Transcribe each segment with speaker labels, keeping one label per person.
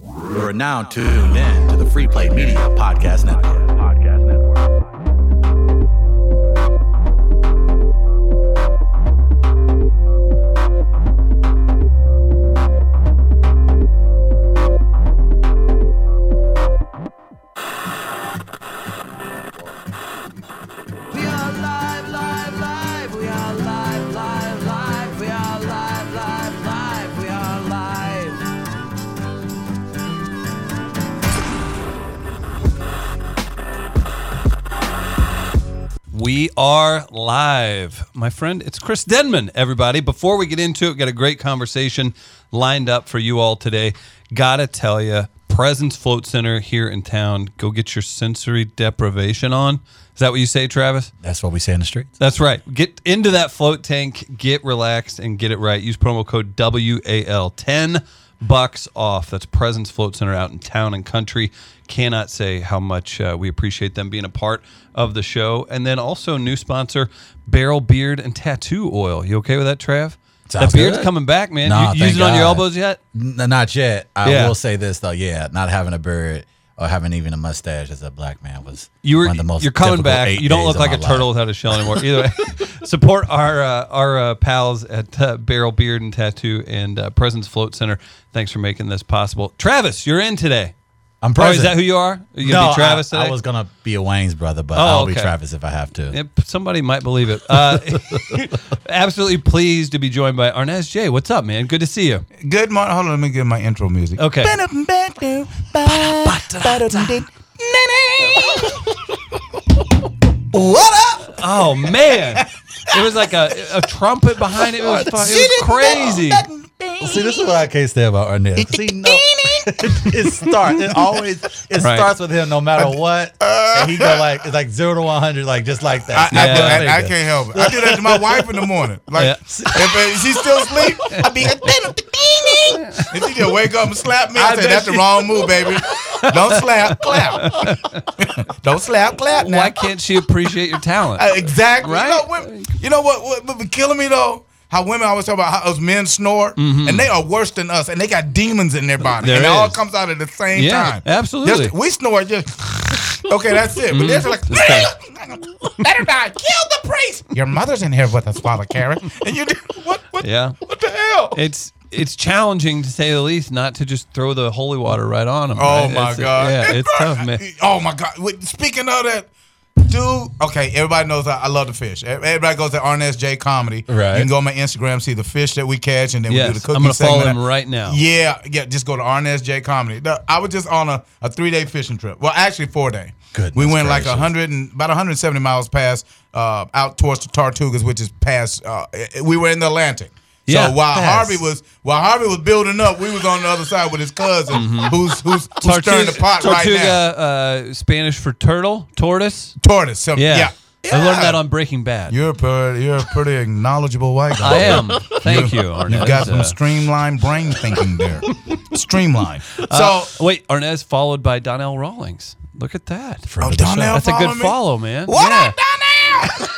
Speaker 1: You are now tuned in to the Free Play Media Podcast Network. Podcast Network.
Speaker 2: We are live, live, live. We are live, live, live. We are live, live, live. We are live.
Speaker 3: We are live, my friend. It's Chris Denman, everybody. Before we get into it, got a great conversation lined up for you all today. Gotta tell you, Presence Float Center here in town. Go get your sensory deprivation on. Is that what you say, Travis?
Speaker 1: That's what we say in the streets.
Speaker 3: That's right. Get into that float tank, get relaxed, and get it right. Use promo code WAL. 10 bucks off. That's Presence Float Center out in town and country. Cannot say how much uh, we appreciate them being a part of the show. And then also, new sponsor, Barrel Beard and Tattoo Oil. You okay with that, Trav?
Speaker 1: Sounds
Speaker 3: that beard's
Speaker 1: good.
Speaker 3: coming back, man.
Speaker 1: Nah,
Speaker 3: you
Speaker 1: thank
Speaker 3: use it on your
Speaker 1: God.
Speaker 3: elbows yet?
Speaker 1: N- not yet. I
Speaker 3: Yeah.
Speaker 1: will say this though. Yeah, not having a beard or having even a mustache as a black man was
Speaker 3: You were
Speaker 1: one of the most
Speaker 3: you're coming
Speaker 1: difficult
Speaker 3: back.
Speaker 1: eight
Speaker 3: You don't
Speaker 1: days
Speaker 3: look
Speaker 1: of
Speaker 3: like
Speaker 1: my
Speaker 3: a turtle
Speaker 1: life.
Speaker 3: without a shell anymore. Either way, support our uh, our uh, pals at uh, Barrel Beard and Tattoo and uh, Presence Float Center. Thanks for making this possible. Travis, you're in today.
Speaker 1: I'm
Speaker 3: Oh,
Speaker 1: present.
Speaker 3: is that who you are? Are you gonna
Speaker 1: no,
Speaker 3: be Travis
Speaker 1: I, I
Speaker 3: today?
Speaker 1: was gonna be a Wayne's brother, but
Speaker 3: Oh,
Speaker 1: I'll be
Speaker 3: okay.
Speaker 1: Travis if I have to.
Speaker 3: Yep, somebody might believe it. Uh, absolutely pleased to be joined by Arnaz J. What's up, man? Good to see you.
Speaker 4: Good morning. Hold on, let me get my intro music.
Speaker 3: Okay.
Speaker 4: What up?
Speaker 3: Oh man, it was like a, a trumpet behind it. It was, fu- it was crazy.
Speaker 1: See, this is what I can't say about Arnett. See, no, it starts. It always it
Speaker 3: Right.
Speaker 1: starts with him, no matter what. and he go like it's like zero to one hundred, like just like
Speaker 4: I,
Speaker 1: that.
Speaker 4: I,
Speaker 3: Yeah.
Speaker 4: do- I, I can't help it. I do that to my wife in the morning. Like
Speaker 3: Yeah.
Speaker 4: if uh, she's still asleep, I be and she just wake up and slap me. I,
Speaker 1: I
Speaker 4: say
Speaker 1: bet
Speaker 4: that's
Speaker 1: she-
Speaker 4: the wrong move, baby. Don't slap, clap. Don't slap, clap. Now.
Speaker 3: Why can't she appreciate your talent?
Speaker 4: Uh, exactly.
Speaker 3: Right?
Speaker 4: You know, women- you know what, what, what? be killing me though. How women always talk about how us men snore, and they are worse than us, and they got demons in their
Speaker 3: Mm-hmm.
Speaker 4: body,
Speaker 3: There
Speaker 4: and it all
Speaker 3: is.
Speaker 4: comes out at the same
Speaker 3: Yeah,
Speaker 4: time.
Speaker 3: absolutely. Mm-hmm.
Speaker 4: Just- we snore just. Okay, that's it. But there's like, better die. Kill the priest. Your mother's in here with us, Father Karen, and you do what? What?
Speaker 3: Yeah.
Speaker 4: What the hell?
Speaker 3: it's it's challenging to say the least not to just throw the holy water right on them.
Speaker 4: Oh my god!
Speaker 3: Yeah, it's tough, man.
Speaker 4: Oh my god! Wait, Speaking of that, dude. Okay, everybody knows I, I love the fish. Ev- Everybody goes to RNSJ Comedy.
Speaker 1: Right.
Speaker 4: You can go on my Instagram, see the fish that we catch, and then we do
Speaker 3: Yes,
Speaker 4: the cooking.
Speaker 3: I'm gonna follow
Speaker 4: segment.
Speaker 3: him right now.
Speaker 4: Yeah, yeah. Just go to RNSJ Comedy. No, I was just on a, a three day fishing trip. Well, actually four day.
Speaker 1: Goodness
Speaker 4: we went like
Speaker 1: gracious.
Speaker 4: a hundred and about 170 miles past uh, out towards the Tortugas, which is past. Uh, we were in the Atlantic.
Speaker 3: Yeah,
Speaker 4: so while
Speaker 3: past.
Speaker 4: Harvey was while Harvey was building up, we was on the other side with his cousin, who's who's, who's stirring the pot right
Speaker 3: Mm-hmm. Tortuga,
Speaker 4: now.
Speaker 3: uh, Spanish for turtle, tortoise.
Speaker 4: Tortoise. So,
Speaker 3: Yeah.
Speaker 4: yeah.
Speaker 3: I learned
Speaker 4: Yeah.
Speaker 3: that on Breaking Bad.
Speaker 4: You're a pretty, you're a pretty knowledgeable white guy.
Speaker 3: I am. Thank you, Arnez.
Speaker 4: You've got some
Speaker 3: Uh,
Speaker 4: streamlined brain thinking there. streamlined. So
Speaker 3: uh, wait, Arnez followed by Donnell Rawlings. Look at that.
Speaker 4: Oh, Donnell
Speaker 3: That's a
Speaker 4: follow
Speaker 3: good
Speaker 4: me?
Speaker 3: follow, man.
Speaker 4: What
Speaker 3: yeah.
Speaker 4: up, Donnell?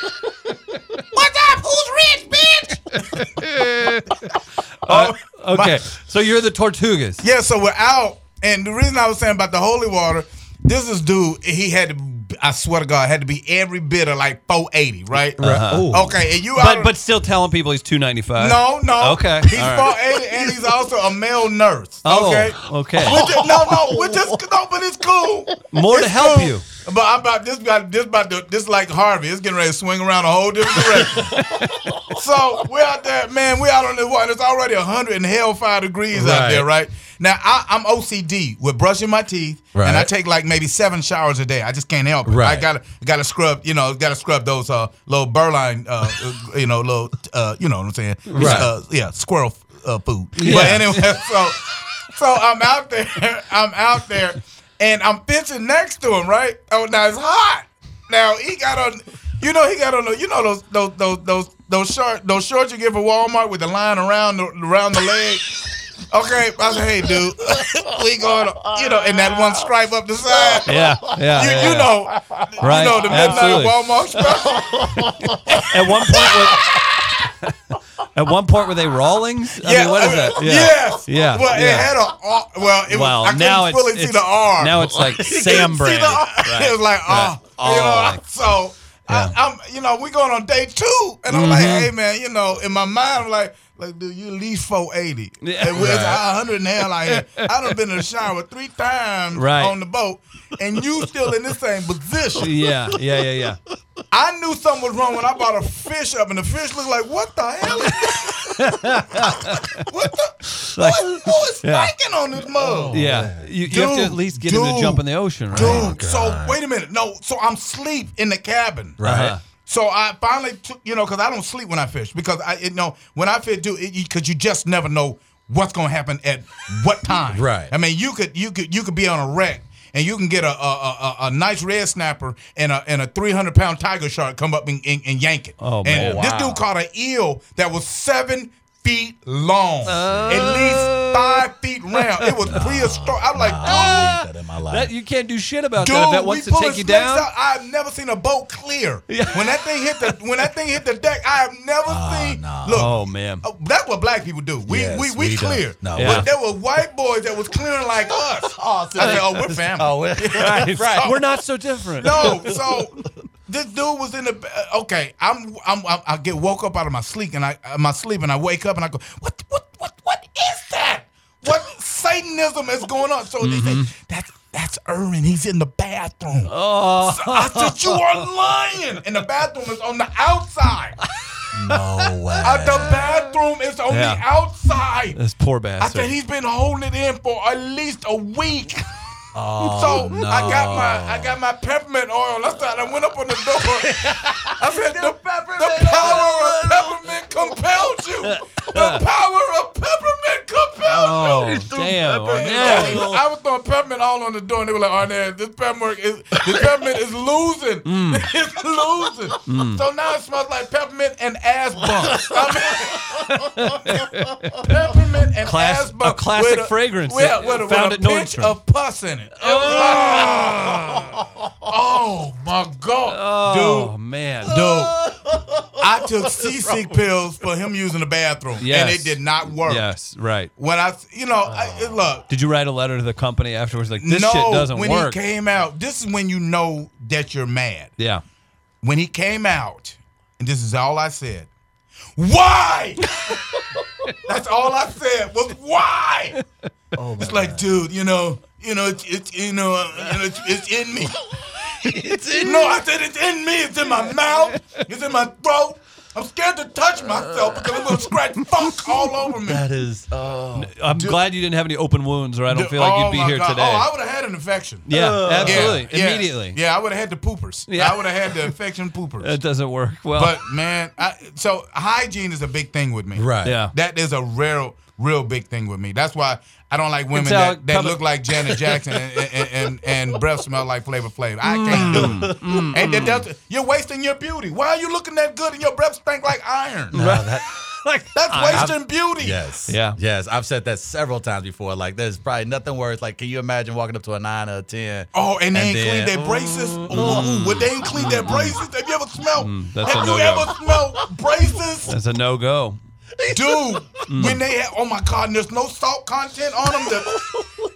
Speaker 4: What's up? Who's rich, bitch?
Speaker 3: Uh,
Speaker 4: Oh,
Speaker 3: okay,
Speaker 4: my-
Speaker 3: so you're the Tortugas.
Speaker 4: Yeah, so we're out, and the reason I was saying about the holy water, this is dude. He had to. I swear to God, had to be every bit of like 480, right?
Speaker 1: Ooh.
Speaker 4: Okay, and you
Speaker 3: Uh-huh. But
Speaker 4: out-
Speaker 3: but still telling people he's 295.
Speaker 4: No, no.
Speaker 3: Uh, Okay,
Speaker 4: He's
Speaker 3: all right.
Speaker 4: 480 and he's also a male nurse.
Speaker 3: Oh,
Speaker 4: okay.
Speaker 3: okay.
Speaker 4: We're ju- no, no. We're just no, but it's cool.
Speaker 3: More to
Speaker 4: It's
Speaker 3: help
Speaker 4: cool.
Speaker 3: you.
Speaker 4: But I'm about this about this about to, this like Harvey. It's getting ready to swing around a whole different direction. so we're out there, man. We're out on this water. It's already 100 and hellfire degrees
Speaker 1: Right.
Speaker 4: out there, right? Now I, I'm OCD with brushing my teeth,
Speaker 1: Right.
Speaker 4: and I take like maybe seven showers a day. I just can't help it.
Speaker 1: Right.
Speaker 4: I gotta gotta scrub, you know, gotta scrub those uh little burline, uh, uh, you know, little, uh, you know what I'm saying?
Speaker 1: Right.
Speaker 4: Uh, yeah, squirrel uh, food.
Speaker 3: Yeah.
Speaker 4: But anyway, so so I'm out there, I'm out there, and I'm fishing next to him, right? Oh, now it's hot. Now he got on, you know, he got on, the- you know, those those those those those short those shorts you get from Walmart with the line around the, around the leg. Okay, I said, hey, dude, we going, you know, and that one stripe up the side
Speaker 3: Yeah, yeah.
Speaker 4: you,
Speaker 3: yeah,
Speaker 4: you
Speaker 3: yeah.
Speaker 4: know,
Speaker 3: Right,
Speaker 4: you know the midnight
Speaker 3: absolutely.
Speaker 4: Walmart special.
Speaker 3: At one point, was, At one point, were they Rawlings? I
Speaker 4: yeah,
Speaker 3: mean, what is
Speaker 4: uh,
Speaker 3: that?
Speaker 4: Yes.
Speaker 3: Yeah.
Speaker 4: Well,
Speaker 3: yeah.
Speaker 4: it had a R. Well, it was,
Speaker 3: well,
Speaker 4: I couldn't
Speaker 3: now it's,
Speaker 4: fully see
Speaker 3: it's-
Speaker 4: the R.
Speaker 3: Now it's like Sam
Speaker 4: See
Speaker 3: brand.
Speaker 4: the R? It was like,
Speaker 3: Right.
Speaker 4: oh, you know,
Speaker 3: Oh, like-
Speaker 4: so
Speaker 3: Yeah. Mm-hmm.
Speaker 4: I, I'm, you know, we going on day two, and I'm like, hey man, you know, in my mind, I'm like, like, dude, you at least 480.
Speaker 3: Yeah.
Speaker 4: And it's
Speaker 3: Right.
Speaker 4: 100 in hell out here. I done been in the shower three times
Speaker 3: Right.
Speaker 4: on the boat, and you still in the same position.
Speaker 3: Yeah, yeah, yeah, yeah.
Speaker 4: I knew something was wrong when I bought a fish up, and the fish looked like, what the hell is this? what the?
Speaker 3: Like-
Speaker 4: who is, who is
Speaker 3: Yeah.
Speaker 4: spiking on this mug?
Speaker 3: Yeah, you, you have to at
Speaker 4: Dude,
Speaker 3: least get him to
Speaker 4: dude,
Speaker 3: jump in the ocean, right? Oh,
Speaker 4: Dude,
Speaker 1: God.
Speaker 4: so wait a minute. No, so I'm sleep in the cabin.
Speaker 1: Right.
Speaker 3: Uh-huh.
Speaker 4: So I finally took, you know, because I don't sleep when I fish because I, you know, when I fish, do it because you just never know what's gonna happen at what time.
Speaker 1: Right.
Speaker 4: I mean, you could, you could, you could be on a wreck. And you can get a a, a, a- a nice red snapper and a and a three hundred pound tiger shark come up and, and, and yank it.
Speaker 3: Oh, man.
Speaker 4: and this dude caught an eel that was seven feet long, at
Speaker 3: Oh.
Speaker 4: least five feet round. It was prehistoric. I'm like, "Holy
Speaker 1: I don't need that in my life.
Speaker 3: That, you can't do shit about
Speaker 4: Dude,
Speaker 3: that. If that wants to
Speaker 4: we pull
Speaker 3: take
Speaker 4: his
Speaker 3: you
Speaker 4: legs
Speaker 3: down,
Speaker 4: out. I've never seen a boat clear.
Speaker 3: Yeah.
Speaker 4: When that thing hit the when that thing hit the deck, I have never seen.
Speaker 1: no.
Speaker 4: Look,
Speaker 3: oh man,
Speaker 4: uh, that's what black people do. We
Speaker 1: Ah, Yes,
Speaker 4: we, we,
Speaker 1: we don't.
Speaker 4: clear.
Speaker 1: No,
Speaker 3: Yeah.
Speaker 4: But there were white boys that was clearing like us.
Speaker 1: Oh, so-
Speaker 4: I said, oh, we're family.
Speaker 1: Oh, well,
Speaker 3: right?
Speaker 4: Right.
Speaker 3: We're not so different.
Speaker 4: No, so this dude was in the uh, okay. I'm, I'm I'm I get woke up out of my sleep and I uh, my sleep and I wake up and I go what what what what is that? What Satanism is going on? So they say that's that's Erwin. He's in the bathroom.
Speaker 3: Mm-hmm. Oh,
Speaker 4: So I said, You are lying. And the bathroom is on the outside.
Speaker 1: no way.
Speaker 4: Uh, the bathroom is on
Speaker 3: Yeah.
Speaker 4: the outside.
Speaker 3: this poor
Speaker 4: I
Speaker 3: bastard.
Speaker 4: said, He's been holding it in for at least a week.
Speaker 1: Oh,
Speaker 4: So I got my I got my peppermint oil. That's how I went up on the door. I said the, the power of peppermint compels you. The power of peppermint compels you.
Speaker 3: oh damn,
Speaker 4: And
Speaker 3: Arnell.
Speaker 4: I was throwing peppermint all on the door, and they were like, "Arnett, this peppermint is this peppermint is losing,
Speaker 3: Mm.
Speaker 4: it's losing." So now it smells like peppermint and ass bumps. I mean, peppermint and
Speaker 3: Class-
Speaker 4: ass bump.
Speaker 3: a classic
Speaker 4: with
Speaker 3: fragrance
Speaker 4: with,
Speaker 3: that
Speaker 4: with, with
Speaker 3: found
Speaker 4: a
Speaker 3: at
Speaker 4: pinch
Speaker 3: Nordstrom.
Speaker 4: of pus in it. It was like, oh my god,
Speaker 3: Ah. Oh
Speaker 4: dude.
Speaker 3: man,
Speaker 4: Dude, I took seasick pills for him using the bathroom, and
Speaker 3: Yes.
Speaker 4: it did not work.
Speaker 3: yes, Oh. right.
Speaker 4: When I, you know, I, look,
Speaker 3: Did you write a letter to the company afterwards? Like this
Speaker 4: no,
Speaker 3: shit doesn't
Speaker 4: when
Speaker 3: work.
Speaker 4: he came out, this is when you know that you're mad.
Speaker 3: yeah.
Speaker 4: When he came out, and this is all I said. Why? That's all I said was why. it's like, dude, you know, you know, it's, it's you know, uh, you know, it's, it's in me. it's in no, I said it's in me. It's in my mouth. It's in my throat. I'm scared to touch myself because I'm gonna scratch funk all over me.
Speaker 1: that is. Oh,
Speaker 3: I'm glad you didn't have any open wounds, or I don't feel like
Speaker 4: Oh
Speaker 3: you'd be
Speaker 4: my
Speaker 3: here
Speaker 4: God.
Speaker 3: today.
Speaker 4: Oh, I would have had an infection.
Speaker 3: yeah,
Speaker 1: Ugh.
Speaker 3: absolutely,
Speaker 4: Yeah, yeah,
Speaker 3: immediately.
Speaker 4: Yeah, I would have had the poopers.
Speaker 3: Yeah.
Speaker 4: I would have had the infection poopers.
Speaker 3: That doesn't work well.
Speaker 4: but man, I, so hygiene is a big thing with me.
Speaker 1: right.
Speaker 3: yeah,
Speaker 4: That is a real, real big thing with me. That's why I don't like women
Speaker 3: Until
Speaker 4: that, that
Speaker 3: coming-
Speaker 4: look like Janet Jackson and and, and, and breath smell like Flavor Flav. I can't do it.
Speaker 3: Mm.
Speaker 4: and that does, you're wasting your beauty. Why are you looking that good and your breath stink like iron?
Speaker 1: No, that,
Speaker 3: like
Speaker 4: That's
Speaker 1: I've-
Speaker 4: wasting beauty.
Speaker 1: yes.
Speaker 3: Yeah.
Speaker 1: Yes. I've said that several times before. Like, there's probably nothing worse. Like, can you imagine walking up to a nine or a 10?
Speaker 4: Oh, and they
Speaker 1: And
Speaker 4: ain't clean
Speaker 1: then-
Speaker 4: their braces.
Speaker 3: mm,
Speaker 4: Ooh, would they ain't clean their braces? Have you ever smelled?
Speaker 3: that's
Speaker 4: Have
Speaker 3: a
Speaker 4: you
Speaker 3: no-go.
Speaker 4: ever smelled braces?
Speaker 3: that's a no go.
Speaker 4: Dude,
Speaker 3: Mm.
Speaker 4: when they have, oh my God, and there's no salt content on them.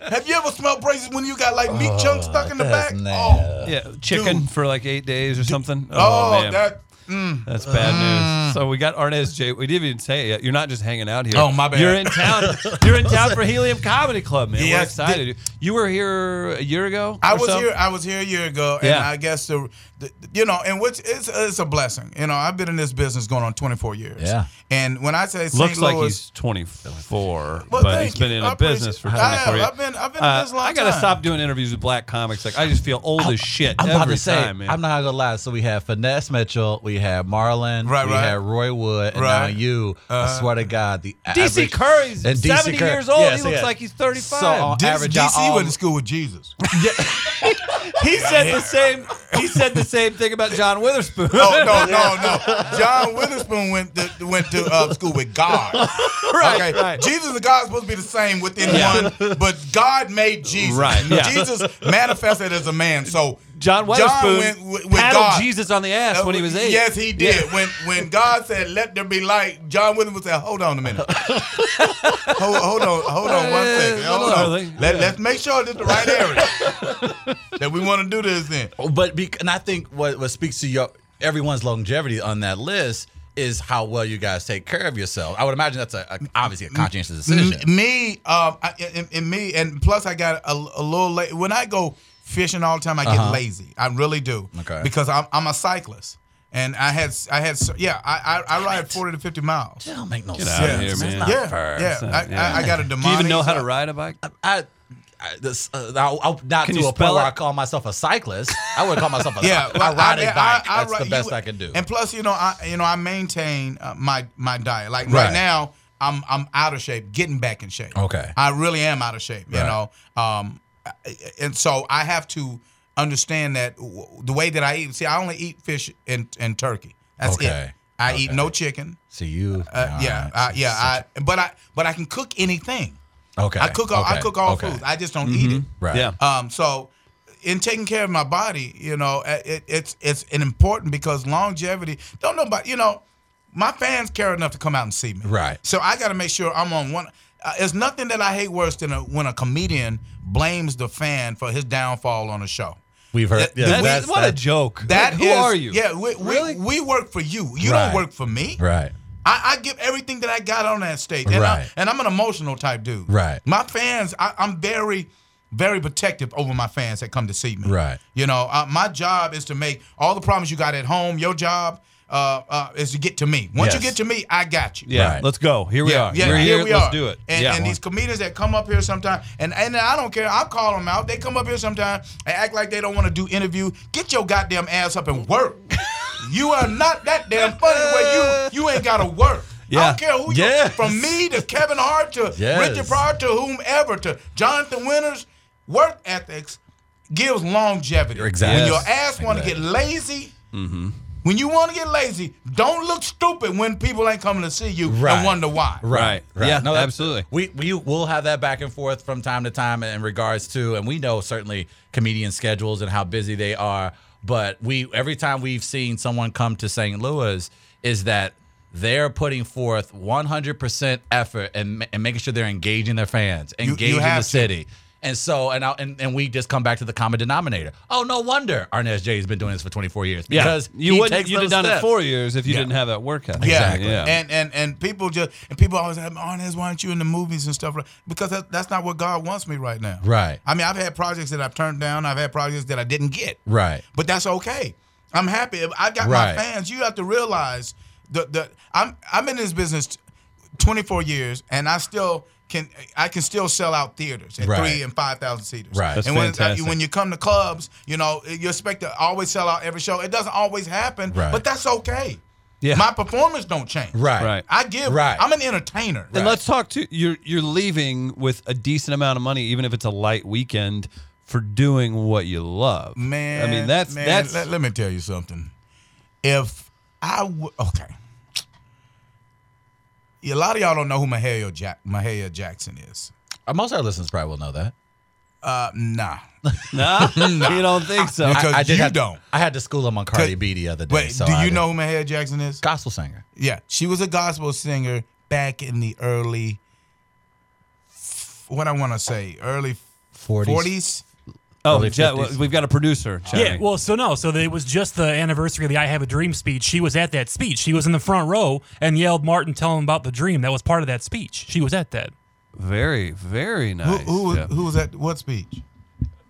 Speaker 4: that- have you ever smelled braces when you got like meat chunks stuck in the
Speaker 1: That's
Speaker 4: back? Oh,
Speaker 1: nasty.
Speaker 3: Yeah, chicken
Speaker 4: Dude.
Speaker 3: for like eight days or something. Oh,
Speaker 4: oh,
Speaker 3: man,
Speaker 4: that. Mm.
Speaker 3: that's bad news. So we got Arnez J. We didn't even say it yet. You're not just hanging out here.
Speaker 4: Oh, my bad.
Speaker 3: You're in town. You're in town for Helium Comedy Club, man. We're
Speaker 4: Yes,
Speaker 3: excited. you were here a year ago.
Speaker 4: I
Speaker 3: or
Speaker 4: was
Speaker 3: so?
Speaker 4: here. I was here a year ago, and
Speaker 3: Yeah.
Speaker 4: I guess the, the, you know, and which it's it's a blessing. You know, I've been in this business going on 24 years.
Speaker 1: Yeah.
Speaker 4: And when I say St.
Speaker 3: Looks
Speaker 4: Louis,
Speaker 3: like he's 24,
Speaker 4: Well,
Speaker 3: but
Speaker 4: thank
Speaker 3: he's been
Speaker 4: you.
Speaker 3: in
Speaker 4: I
Speaker 3: a
Speaker 4: appreciate-
Speaker 3: business for
Speaker 4: I
Speaker 3: 24
Speaker 4: have.
Speaker 3: years.
Speaker 4: I've been- I've been in
Speaker 3: Uh,
Speaker 4: this a long
Speaker 3: I gotta
Speaker 4: time.
Speaker 3: stop doing interviews with black comics. Like I just feel old as shit
Speaker 1: I'm
Speaker 3: every
Speaker 1: about to say,
Speaker 3: time, man.
Speaker 1: I'm not gonna lie. So we had Finesse Mitchell, we had Marlon,
Speaker 4: Right,
Speaker 1: we
Speaker 4: right.
Speaker 1: had Roy Wood, and now
Speaker 4: Right.
Speaker 1: you. I swear to God, the
Speaker 3: DC
Speaker 1: average-
Speaker 3: Curry's
Speaker 1: And
Speaker 3: 70
Speaker 1: Curry-
Speaker 3: years old.
Speaker 1: yes,
Speaker 3: he looks
Speaker 1: yes.
Speaker 3: like he's 35.
Speaker 1: So on
Speaker 4: This-
Speaker 1: average, y'all
Speaker 4: DC
Speaker 1: all-
Speaker 4: went to school with Jesus.
Speaker 3: he said the same. He said the same thing about John Witherspoon.
Speaker 4: No, Oh, no, no, no. John Witherspoon went to, went to uh, school with God.
Speaker 3: Right,
Speaker 4: okay?
Speaker 3: right.
Speaker 4: Jesus and God are supposed to be the same within
Speaker 3: Yeah.
Speaker 4: one, but God made Jesus.
Speaker 3: Right, yeah.
Speaker 4: Jesus manifested as a man. So
Speaker 5: John Weatherspoon
Speaker 4: went with- with
Speaker 5: paddled
Speaker 4: God. Uh,
Speaker 5: Jesus on the ass when he was eight.
Speaker 4: Yes, he did. When when God said, "Let there be light," John Williams said, "Hold on a minute. hold, hold on, hold on one second. Hold
Speaker 5: on,
Speaker 4: on.
Speaker 5: I think-
Speaker 4: Let, Let's make sure it's the right area that we want to do this in."
Speaker 1: Oh, But bec and I think what what speaks to your everyone's longevity on that list is how well you guys take care of yourself. I would imagine that's a, a obviously a conscientious decision.
Speaker 4: M- me, um, I, and, and me, and plus I got a, a little late. When I go fishing all the time, I get
Speaker 3: Uh-huh.
Speaker 4: lazy. I really do.
Speaker 1: Okay.
Speaker 4: Because I'm, I'm a cyclist, and I had, I had, yeah, I, I, I ride forty to fifty miles.
Speaker 1: That don't make no
Speaker 3: out of
Speaker 1: sense.
Speaker 3: here,
Speaker 1: It's
Speaker 3: man.
Speaker 1: not
Speaker 4: yeah,
Speaker 1: fair.
Speaker 4: yeah. I, I, I got a demonic.
Speaker 3: Do you even know how to ride a
Speaker 4: Uh,
Speaker 3: bike?
Speaker 1: I, I, this, uh, I, I, not
Speaker 3: Can
Speaker 1: to
Speaker 3: you
Speaker 1: a point
Speaker 3: spell
Speaker 1: where
Speaker 3: it?
Speaker 1: I call myself a cyclist. I would call myself a
Speaker 4: Yeah,
Speaker 1: yeah, I ride a bike. That's
Speaker 4: ri-
Speaker 1: the best
Speaker 4: you-
Speaker 1: I can do.
Speaker 4: And plus, you know, I you know I maintain uh, my my diet. Like right,
Speaker 1: Right.
Speaker 4: now, I'm I'm out of shape, getting back in shape.
Speaker 1: Okay.
Speaker 4: I really am out of shape. You
Speaker 1: Right.
Speaker 4: know, um, I- and so I have to understand that w- the way that I eat. See, I only eat fish and and turkey. That's
Speaker 1: Okay.
Speaker 4: it. I eat no chicken.
Speaker 1: so you,
Speaker 4: Uh, yeah, I, yeah. I, but I but I can cook anything.
Speaker 1: okay.
Speaker 4: I cook all I
Speaker 1: okay,
Speaker 4: cook all
Speaker 1: okay.
Speaker 4: foods. I just don't eat it.
Speaker 1: Right.
Speaker 3: Yeah.
Speaker 4: Um, so in taking care of my body, you know, uh, it, it's it's an important because longevity. Don't nobody, you know, my fans care enough to come out and see me.
Speaker 1: Right.
Speaker 4: So I got to make sure I'm on one. Uh, there's nothing that I hate worse than a, when a comedian blames the fan for his downfall on a show.
Speaker 1: We've heard.
Speaker 4: That-
Speaker 1: Yeah,
Speaker 3: That's,
Speaker 1: that's,
Speaker 3: what a
Speaker 1: that's,
Speaker 3: joke.
Speaker 4: That
Speaker 3: Like, who
Speaker 4: is-
Speaker 3: are you?
Speaker 4: Yeah, we, we,
Speaker 3: Really?
Speaker 4: we work for you. You
Speaker 1: Right.
Speaker 4: don't work for me.
Speaker 1: Right.
Speaker 4: I, I give everything that I got on that stage, and,
Speaker 1: Right.
Speaker 4: I, and I'm an emotional type dude.
Speaker 1: Right.
Speaker 4: My fans, I, I'm very, very protective over my fans that come to see me.
Speaker 1: Right.
Speaker 4: You know, uh, my job is to make all the problems you got at home. Your job uh, uh, is to get to me. Once you
Speaker 1: Yes.
Speaker 4: get to me, I got you.
Speaker 3: Yeah,
Speaker 1: Right.
Speaker 3: let's go. Here we
Speaker 4: Yeah,
Speaker 3: are.
Speaker 4: yeah,
Speaker 3: We're
Speaker 4: here,
Speaker 3: here.
Speaker 4: we
Speaker 3: let's
Speaker 4: are.
Speaker 3: do it.
Speaker 4: And,
Speaker 3: yeah.
Speaker 4: and these comedians that come up here sometimes, and, and I don't care. I call them out. They come up here sometimes and act like they don't want to do interview. Get your goddamn ass up and work. you are not that damn funny where you you ain't got to work. I
Speaker 3: Yeah.
Speaker 4: don't care who you
Speaker 3: Yes.
Speaker 4: from me to Kevin Hart to
Speaker 1: Yes.
Speaker 4: Richard Pryor to whomever to Jonathan Winters. Work ethics gives longevity.
Speaker 1: Exactly.
Speaker 4: When your
Speaker 1: Yes.
Speaker 4: ass want to
Speaker 1: Exactly.
Speaker 4: get lazy.
Speaker 3: Mm-hmm.
Speaker 4: When you want to get lazy, don't look stupid when people ain't coming to see you
Speaker 1: Right.
Speaker 4: and wonder why.
Speaker 1: Right. right.
Speaker 3: Yeah,
Speaker 1: that's-
Speaker 3: absolutely.
Speaker 1: We we will have that back and forth from time to time in regards to, and we know certainly comedian schedules and how busy they are. But we every time we've seen someone come to St. Louis is that they're putting forth 100% effort and, ma- and making sure they're engaging their fans, engaging
Speaker 4: have
Speaker 1: the
Speaker 4: to.
Speaker 1: city. And so, and, I, and and we just come back to the common denominator. Oh, no wonder Arnez J has been doing this for 24 years
Speaker 3: Yeah.
Speaker 1: because
Speaker 3: you
Speaker 1: he
Speaker 3: wouldn't
Speaker 1: takes
Speaker 3: you'd have
Speaker 1: those
Speaker 3: done it
Speaker 1: steps.
Speaker 3: four years if you didn't have that workout.
Speaker 4: Yeah.
Speaker 1: Exactly.
Speaker 3: Yeah.
Speaker 4: And and and people just and people always have Arnez, why aren't you in the movies and stuff? Because that, that's not what God wants me right now.
Speaker 1: Right.
Speaker 4: I mean, I've had projects that I've turned down. I've had projects that I didn't get.
Speaker 1: Right.
Speaker 4: But that's okay. I'm happy. I got
Speaker 1: Right.
Speaker 4: my fans. You have to realize the the I'm I'm in this business 24 years, and I still can I can still sell out theaters at
Speaker 1: Right.
Speaker 4: three and five thousand seaters.
Speaker 1: Right. That's
Speaker 4: and when,
Speaker 3: fantastic.
Speaker 4: when you come to clubs, you know you expect to always sell out every show. It doesn't always happen,
Speaker 1: Right.
Speaker 4: but that's okay.
Speaker 3: Yeah.
Speaker 4: My performance don't change.
Speaker 1: Right.
Speaker 3: Right.
Speaker 4: I give.
Speaker 1: Right.
Speaker 4: I'm an entertainer.
Speaker 3: And let's talk to you're you're leaving with a decent amount of money, even if it's a light weekend, for doing what you love.
Speaker 4: man.
Speaker 3: I mean that's
Speaker 4: man,
Speaker 3: that's
Speaker 4: Let, let me tell you something. If I would, okay. A lot of y'all don't know who Mahalia, Jack- Mahalia Jackson is.
Speaker 1: Most of our listeners probably will know that.
Speaker 4: Uh, nah.
Speaker 3: nah, you don't think so.
Speaker 4: Because you
Speaker 1: have-
Speaker 4: don't.
Speaker 1: I had to school him on Cardi B the other day.
Speaker 4: Wait,
Speaker 1: so
Speaker 4: do
Speaker 1: I
Speaker 4: you
Speaker 1: did-
Speaker 4: know who Mahalia Jackson is?
Speaker 1: gospel singer?
Speaker 4: Yeah, she was a gospel singer back in the early, what I want to say, early
Speaker 1: 40s.
Speaker 4: 40s.
Speaker 3: oh,
Speaker 1: early
Speaker 3: Je-
Speaker 1: 50s.
Speaker 3: we've got a producer.
Speaker 5: Yeah,
Speaker 3: Johnny.
Speaker 5: well, so no, so it was just the anniversary of the "I Have a Dream" speech. She was at that speech. She was in the front row and yelled, "Martin, tell him about the dream." That was part of that speech. She was at that.
Speaker 3: very very
Speaker 4: Who,
Speaker 3: nice.
Speaker 4: who,
Speaker 3: Yeah.
Speaker 4: who was that? What speech?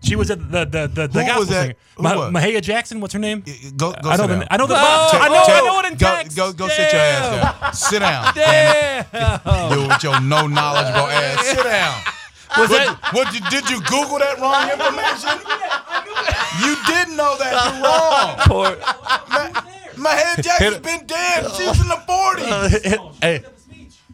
Speaker 5: She was at the the the, the
Speaker 4: Who
Speaker 5: gospel
Speaker 4: was that?
Speaker 5: singer.
Speaker 4: Who
Speaker 5: Ma-
Speaker 4: was?
Speaker 5: Mahalia Jackson. What's her name?
Speaker 4: Go, go
Speaker 5: I know
Speaker 4: sit
Speaker 5: the
Speaker 4: down.
Speaker 5: I know the.
Speaker 3: No!
Speaker 5: Oh, I know I
Speaker 4: Tell-
Speaker 5: know it in
Speaker 4: go,
Speaker 5: text.
Speaker 4: Go, go, sit your ass down. Sit down. damn it. Dude, with your no knowledgeable ass. Sit down.
Speaker 5: Was
Speaker 4: What,
Speaker 5: that-
Speaker 4: what you- did you Google that wrong information? You did know that. You're wrong.
Speaker 3: Poor-
Speaker 4: My head jackson's been dead. She's in the 40s.
Speaker 1: hey,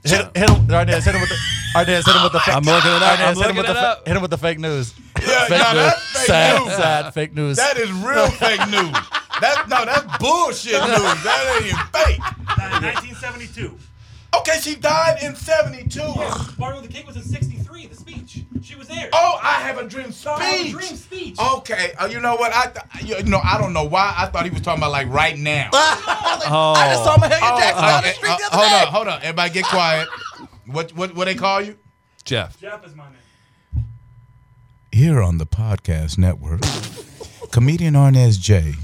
Speaker 1: hit, hit him, Arnez, hit him with the Arnez, hit him with the fake.
Speaker 3: I'm looking it up.
Speaker 1: Arnez,
Speaker 3: I'm
Speaker 1: hit him
Speaker 3: looking
Speaker 1: with
Speaker 3: it
Speaker 1: the fa-
Speaker 3: up.
Speaker 1: hit him with the fake news.
Speaker 4: Yeah, no, that's fake
Speaker 1: sad,
Speaker 4: news.
Speaker 1: sad fake news.
Speaker 4: That is real fake news. That's no, that's bullshit news. That ain't even fake.
Speaker 5: 1972.
Speaker 4: Okay, she died in 72.
Speaker 5: Martin Luther King was in 63. The speech. She was there.
Speaker 4: Oh, I have a dream speech.
Speaker 5: I have a dream speech.
Speaker 4: Okay. Oh, you know what? I th- you know I don't know why I thought he was talking about like right now.
Speaker 1: I just saw Mahalia
Speaker 4: Oh,
Speaker 1: Jackson
Speaker 4: oh,
Speaker 1: on the
Speaker 4: eh,
Speaker 1: street
Speaker 4: uh,
Speaker 1: the other
Speaker 4: hold
Speaker 1: day.
Speaker 4: on, hold on. Everybody get quiet. What what what they call you?
Speaker 3: Jeff.
Speaker 5: Jeff is my name.
Speaker 4: Here on the podcast network, comedian Arnez J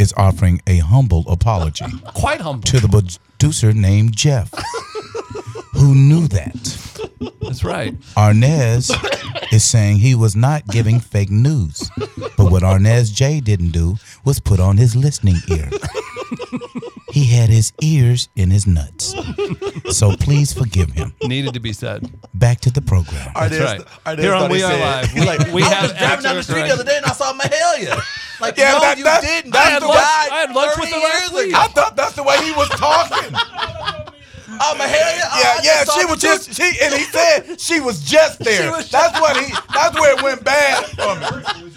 Speaker 4: is offering a humble apology
Speaker 3: Quite humble.
Speaker 4: to the producer named Jeff, who knew that.
Speaker 3: That's right.
Speaker 4: Arnez is saying he was not giving fake news. But what Arnez J didn't do was put on his listening ear. He had his ears in his nuts. So please forgive him.
Speaker 3: Needed to be said.
Speaker 4: Back to the program.
Speaker 3: That's right. Here on We Are Live, we, we
Speaker 1: I
Speaker 3: have
Speaker 1: was driving down the street the other day and I saw Mahalia. Like,
Speaker 4: Yeah,
Speaker 1: no,
Speaker 4: that-
Speaker 1: you
Speaker 4: that-
Speaker 1: didn't.
Speaker 4: that's
Speaker 1: I had
Speaker 4: the
Speaker 1: lunch,
Speaker 3: one- I had lunch with
Speaker 1: 30
Speaker 3: her last
Speaker 1: years
Speaker 3: week.
Speaker 1: ago.
Speaker 4: I thought that's the way he was talking.
Speaker 1: Oh, Mahalia. oh,
Speaker 4: Yeah,
Speaker 1: I
Speaker 4: yeah,
Speaker 1: saw
Speaker 4: she
Speaker 1: the
Speaker 4: was
Speaker 1: dude.
Speaker 4: just she and he said she was just there.
Speaker 1: was
Speaker 4: that's what he that's where it went bad for me.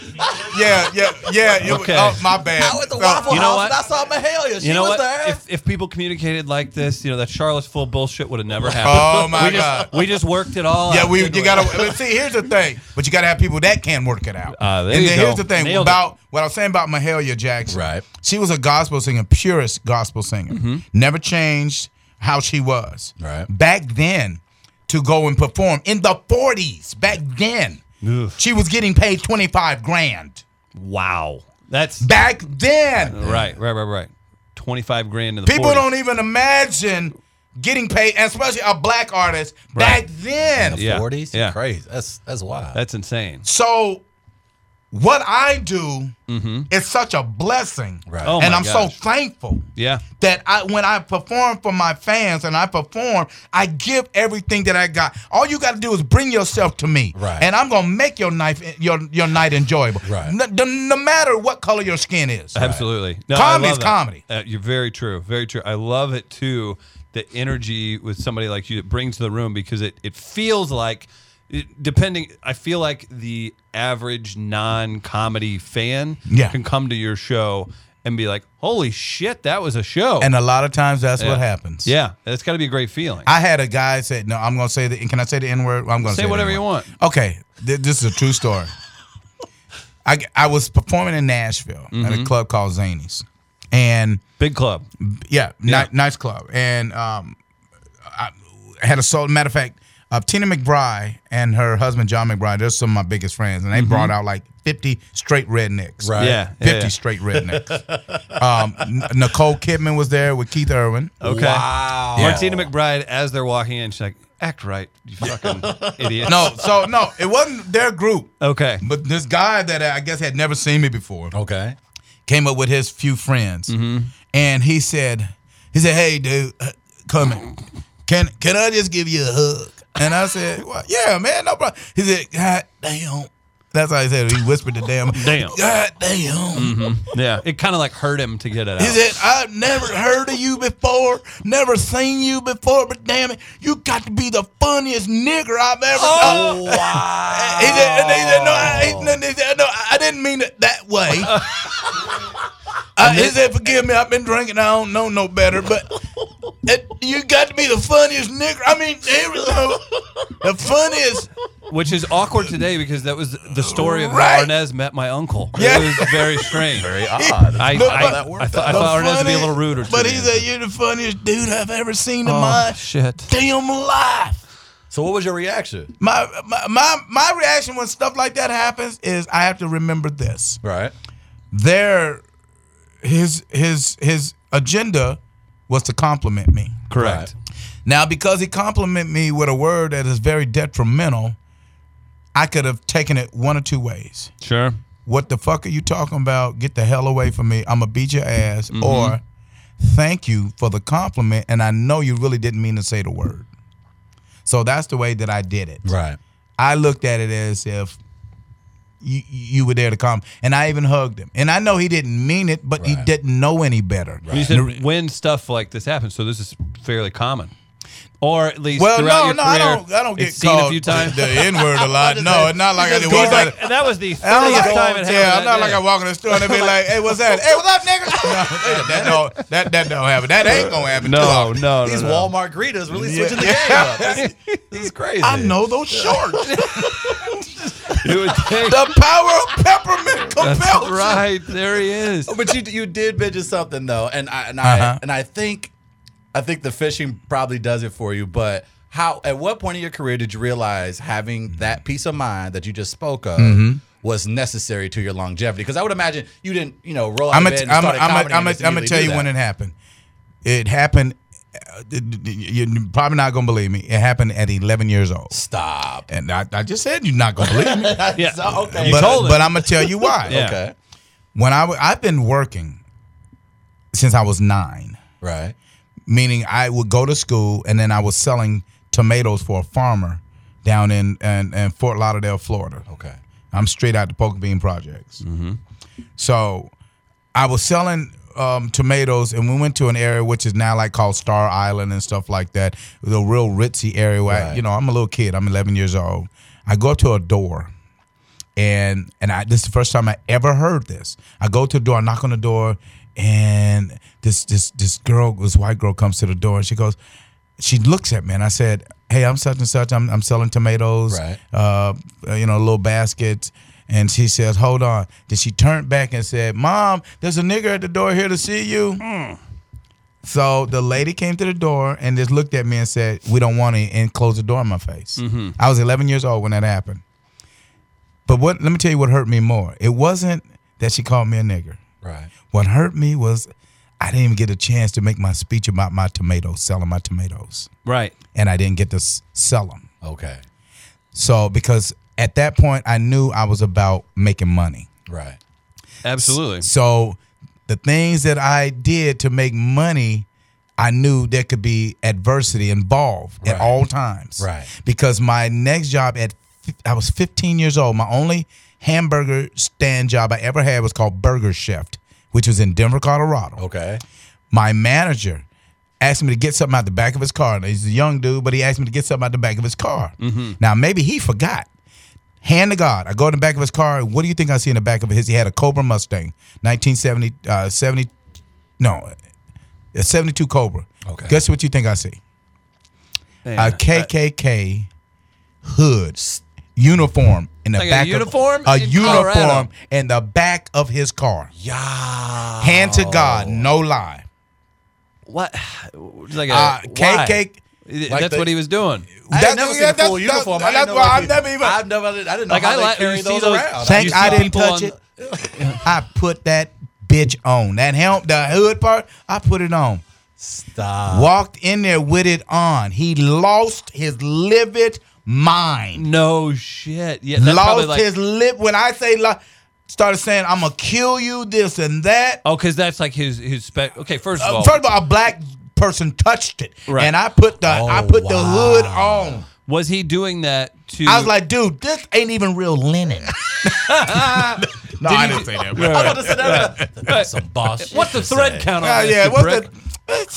Speaker 4: Yeah, yeah, yeah. It
Speaker 3: Okay.
Speaker 4: was, oh, my bad.
Speaker 1: I went to
Speaker 4: Oh,
Speaker 1: Waffle
Speaker 3: You know
Speaker 1: House and I
Speaker 3: what?
Speaker 1: saw Mahalia. She
Speaker 3: You know
Speaker 1: was
Speaker 3: what?
Speaker 1: there.
Speaker 3: If, if people communicated like this, you know, that Charlottesville bullshit would have never happened.
Speaker 4: Oh my
Speaker 3: we just,
Speaker 4: god.
Speaker 3: We just worked it all
Speaker 4: Yeah,
Speaker 3: out.
Speaker 4: we
Speaker 3: didn't
Speaker 4: you gotta but see. Here's the thing, but you gotta have people that can work it out.
Speaker 3: Ah, there
Speaker 4: and
Speaker 3: you
Speaker 4: then
Speaker 3: go.
Speaker 4: here's the thing
Speaker 3: Nailed it.
Speaker 4: about what I was saying about Mahalia Jackson.
Speaker 1: Right.
Speaker 4: she was a gospel singer, purest gospel singer.
Speaker 3: Mm-hmm.
Speaker 4: Never changed how she was.
Speaker 1: Right.
Speaker 4: back then to go and perform in the 40s. Back then,
Speaker 3: Oof.
Speaker 4: she was getting paid 25 grand.
Speaker 3: Wow. That's
Speaker 4: Back then,
Speaker 3: right, right, right, right. 25 grand in the
Speaker 4: people
Speaker 3: 40s.
Speaker 4: don't e- even imagine getting paid, and especially a black artist back
Speaker 3: Right.
Speaker 4: then.
Speaker 3: Yeah.
Speaker 1: 40s?
Speaker 3: Yeah.
Speaker 1: Crazy. That's, that's wild.
Speaker 3: That's insane.
Speaker 4: So what I do is such a blessing.
Speaker 1: Mm-hmm. Right.
Speaker 3: Oh,
Speaker 4: and
Speaker 3: my
Speaker 4: I'm
Speaker 3: gosh.
Speaker 4: so thankful
Speaker 3: Yeah.
Speaker 4: that I when I perform for my fans and I perform, I give everything that I got. All you got to do is bring yourself to me.
Speaker 1: Right.
Speaker 4: And I'm going to make your knife your your night enjoyable.
Speaker 1: Right.
Speaker 4: No, no- no matter what color your skin is.
Speaker 3: Absolutely. No,
Speaker 4: Comedy
Speaker 3: I
Speaker 4: is
Speaker 3: love that.
Speaker 4: comedy.
Speaker 3: Uh, you're very true. Very true. I love it too. The energy with somebody like you that brings to the room because it it feels like it- depending I feel like the average non-comedy fan
Speaker 4: Yeah.
Speaker 3: can come to your show and be like, "Holy shit, that was a show."
Speaker 4: And a lot of times that's what happens.
Speaker 3: yeah, that's got to be a great feeling.
Speaker 4: I had a guy say, "No, I'm going to say the. Can I say the N word? I'm going to
Speaker 3: Say
Speaker 4: say the
Speaker 3: whatever
Speaker 4: N-word.
Speaker 3: you want.
Speaker 4: Okay, th- this is a true story. I, I was performing in Nashville at
Speaker 3: Mm-hmm.
Speaker 4: a club called Zanies, and
Speaker 3: Big club.
Speaker 4: yeah, ni- nice club. And um, I had a soul. Matter of fact, uh, Tina McBride and her husband John McBride, they're some of my biggest friends, and they brought out like 50 straight rednecks.
Speaker 1: Right.
Speaker 3: Mm-hmm. Yeah. yeah,
Speaker 4: 50
Speaker 3: yeah.
Speaker 4: straight rednecks. um, N- Nicole Kidman was there with Keith Irwin.
Speaker 3: Okay.
Speaker 1: Wow.
Speaker 3: Martina McBride as they're walking in, she's like, "Act right, you fucking idiot."
Speaker 4: No, so no, it wasn't their group.
Speaker 3: Okay.
Speaker 4: But this guy that I guess had never seen me before
Speaker 1: Okay.
Speaker 4: came up with his few friends, and he said, "He said, hey, dude, uh, come in. Can can I just give you a hug?" And I said, well, "Yeah, man, no problem." He said, "God damn." That's how he said. It. He whispered the damn.
Speaker 3: Damn.
Speaker 4: God damn.
Speaker 3: Yeah. It kind of like hurt him to get it out.
Speaker 4: He said, I've never heard of you before, never seen you before, but damn it, you got to be the funniest nigger I've ever
Speaker 3: Oh,
Speaker 4: known. He said, and he said, no, I, he, he said, no, I didn't mean it that way. I, he said, forgive me, I've been drinking, I don't know no better, but it, you got to be the funniest nigger. I mean, there we go. The funniest.
Speaker 3: Which is awkward today because that was the story of
Speaker 4: Right.
Speaker 3: how Arnez met my uncle.
Speaker 4: Yeah.
Speaker 3: It was very strange.
Speaker 1: Very odd.
Speaker 3: I,
Speaker 4: But-
Speaker 3: I,
Speaker 4: but-
Speaker 3: I, thought, I thought Arnez would be a little rude or two.
Speaker 4: But uh, he said, you're the funniest dude I've ever seen in
Speaker 3: Oh,
Speaker 4: my
Speaker 3: shit.
Speaker 4: damn life.
Speaker 1: so what was your reaction?
Speaker 4: my, my my my reaction when stuff like that happens is I have to remember this.
Speaker 1: Right.
Speaker 4: Their his his his agenda was to compliment me.
Speaker 3: Correct.
Speaker 4: Now because he complimented me with a word that is very detrimental, I could have taken it one or two ways.
Speaker 3: Sure.
Speaker 4: What the fuck are you talking about? Get the hell away from me. I'm gonna beat your ass or thank you for the compliment and I know you really didn't mean to say the word. So that's the way that I did it.
Speaker 1: Right.
Speaker 4: I looked at it as if you, you were there to come, and I even hugged him. And I know he didn't mean it, but he
Speaker 1: Right.
Speaker 4: didn't know any better.
Speaker 3: You said when stuff like this happens, so this is fairly common. or at least
Speaker 4: Well,
Speaker 3: throughout
Speaker 4: no,
Speaker 3: your
Speaker 4: no,
Speaker 3: career,
Speaker 4: I don't. I don't get
Speaker 3: it's seen
Speaker 4: called
Speaker 3: a few times.
Speaker 4: the N word a lot. no, it's not like I did walk.
Speaker 6: He's like,
Speaker 4: out-
Speaker 6: and that was the
Speaker 4: I don't
Speaker 6: funniest
Speaker 4: like,
Speaker 6: time it happened.
Speaker 4: yeah,
Speaker 6: that
Speaker 4: I'm not
Speaker 6: day.
Speaker 4: like I walk in the store and they be like, "Hey, what's that? Hey, what's up, nigga?" No, that don't. That that don't happen. That ain't gonna happen.
Speaker 3: no, no,
Speaker 1: These
Speaker 3: no, no.
Speaker 1: Walmart greeters really switching the game up. This, this is crazy.
Speaker 4: I know those shorts.
Speaker 3: You would think-
Speaker 4: the power of peppermint
Speaker 3: That's
Speaker 4: compels you.
Speaker 3: right. There he is.
Speaker 1: But you you did mention something though, and I and
Speaker 4: Uh-huh.
Speaker 1: I and I think I think the fishing probably does it for you. But how at what point in your career did you realize having that peace of mind that you just spoke of?
Speaker 4: Mm-hmm.
Speaker 1: Was necessary to your longevity because I would imagine you didn't, you know, roll out
Speaker 4: I'm
Speaker 1: of bed
Speaker 4: gonna
Speaker 1: and start a comedy.
Speaker 4: I'm gonna tell you when
Speaker 1: it,
Speaker 4: it happened. It happened. uh, d- d- d- You're probably not gonna believe me. It happened at 11 years old,
Speaker 1: stop.
Speaker 4: and I, I just said you're not gonna believe me.
Speaker 1: Yeah. okay.
Speaker 4: but,
Speaker 3: told it.
Speaker 4: but I'm gonna tell you why.
Speaker 3: Yeah.
Speaker 1: Okay.
Speaker 4: When I w- I've been working since I was nine,
Speaker 1: Right.
Speaker 4: meaning I would go to school and then I was selling tomatoes for a farmer down in in, in Fort Lauderdale, Florida.
Speaker 1: Okay.
Speaker 4: I'm straight out the Poker Bean Projects. So I was selling um, tomatoes, and we went to an area which is now like called Star Island and stuff like that. The real ritzy area. Where I-
Speaker 1: Right.
Speaker 4: you know, I'm a little kid. I'm 11 years old. I go up to a door, and and I, this is the first time I ever heard this. I go to the door, I knock on the door, and this this this girl, this white girl, comes to the door, and she goes, she looks at me, and I said, "Hey, I'm such and such. I'm I'm selling tomatoes,
Speaker 1: Right.
Speaker 4: uh, you know, little baskets." And she says, "Hold on." Then she turned back and said, "Mom, there's a nigger at the door here to see you." So the lady came to the door and just looked at me and said, "We don't want it," and closed the door in my face. I was 11 years old when that happened. But what? Let me tell you what hurt me more. It wasn't that she called me a nigger.
Speaker 1: Right.
Speaker 4: What hurt me was I didn't even get a chance to make my speech about my tomatoes, selling my tomatoes,
Speaker 3: Right.
Speaker 4: and I didn't get to s- sell them.
Speaker 1: Okay.
Speaker 4: So because at that point I knew I was about making money.
Speaker 1: Right.
Speaker 3: Absolutely.
Speaker 4: So the things that I did to make money, I knew there could be adversity involved at
Speaker 1: Right.
Speaker 4: all times.
Speaker 1: Right.
Speaker 4: Because my next job at fif- I was 15 years old. My only hamburger stand job I ever had was called Burger Chef, which was in Denver, Colorado
Speaker 1: Okay.
Speaker 4: my manager asked me to get something out the back of his car. Now, He's a young dude, but he asked me to get something out the back of his car.
Speaker 3: Mm-hmm.
Speaker 4: Now, maybe he forgot. Hand to God, I go in the back of his car. What do you think I see in the back of his? He had a Cobra Mustang, 1970, uh, 70, no, a 72 Cobra.
Speaker 1: Okay.
Speaker 4: Guess what you think I see?
Speaker 3: Yeah.
Speaker 4: A KKK hood uniform in the
Speaker 3: Like a
Speaker 4: back
Speaker 3: uniform
Speaker 4: of a
Speaker 3: in
Speaker 4: uniform
Speaker 3: Colorado.
Speaker 4: in the back of his car.
Speaker 1: Yeah.
Speaker 4: Hand to God, no lie.
Speaker 3: what? Like a,
Speaker 4: Uh,
Speaker 3: why?
Speaker 4: KK.
Speaker 1: Like
Speaker 3: That's
Speaker 1: the-
Speaker 3: what he was doing.
Speaker 1: I
Speaker 4: That-
Speaker 1: had never seen
Speaker 4: yeah,
Speaker 1: a full
Speaker 4: that's-
Speaker 1: uniform.
Speaker 4: that's-
Speaker 1: I didn't know
Speaker 4: that's why
Speaker 1: how
Speaker 4: I've
Speaker 1: they-
Speaker 4: never even-
Speaker 1: I've never. I didn't know
Speaker 3: Like
Speaker 1: how
Speaker 3: I
Speaker 1: they
Speaker 3: like
Speaker 1: carry
Speaker 3: you see
Speaker 1: those
Speaker 3: those-
Speaker 1: around.
Speaker 3: Thank
Speaker 4: Think
Speaker 3: You
Speaker 4: I
Speaker 3: see
Speaker 4: didn't
Speaker 3: people
Speaker 4: touch
Speaker 3: on-
Speaker 4: it. I put that bitch on. That helm, the hood part, I put it on.
Speaker 1: Stop.
Speaker 4: Walked in there with it on. He lost his livid mind.
Speaker 3: No shit. Yeah. That's probably
Speaker 4: lost
Speaker 3: like,
Speaker 4: his lip. When I say lo- started saying, I'm going to kill you, this and that.
Speaker 3: Oh, because that's like his his spec. Okay, first of
Speaker 4: Uh,
Speaker 3: all,
Speaker 4: First of all, a black person touched it.
Speaker 3: Right.
Speaker 4: And I put the I
Speaker 1: Oh,
Speaker 4: put the
Speaker 1: wow.
Speaker 4: hood on.
Speaker 3: was he doing that to?
Speaker 4: I was like, dude, this ain't even real linen. no, I didn't say that. but-
Speaker 1: I'm about to sit down. That's some boss. shit
Speaker 3: what's the
Speaker 1: to
Speaker 3: thread
Speaker 1: say.
Speaker 3: count on
Speaker 4: Oh
Speaker 3: this?
Speaker 4: yeah,
Speaker 3: you
Speaker 4: what
Speaker 3: prick?
Speaker 4: the?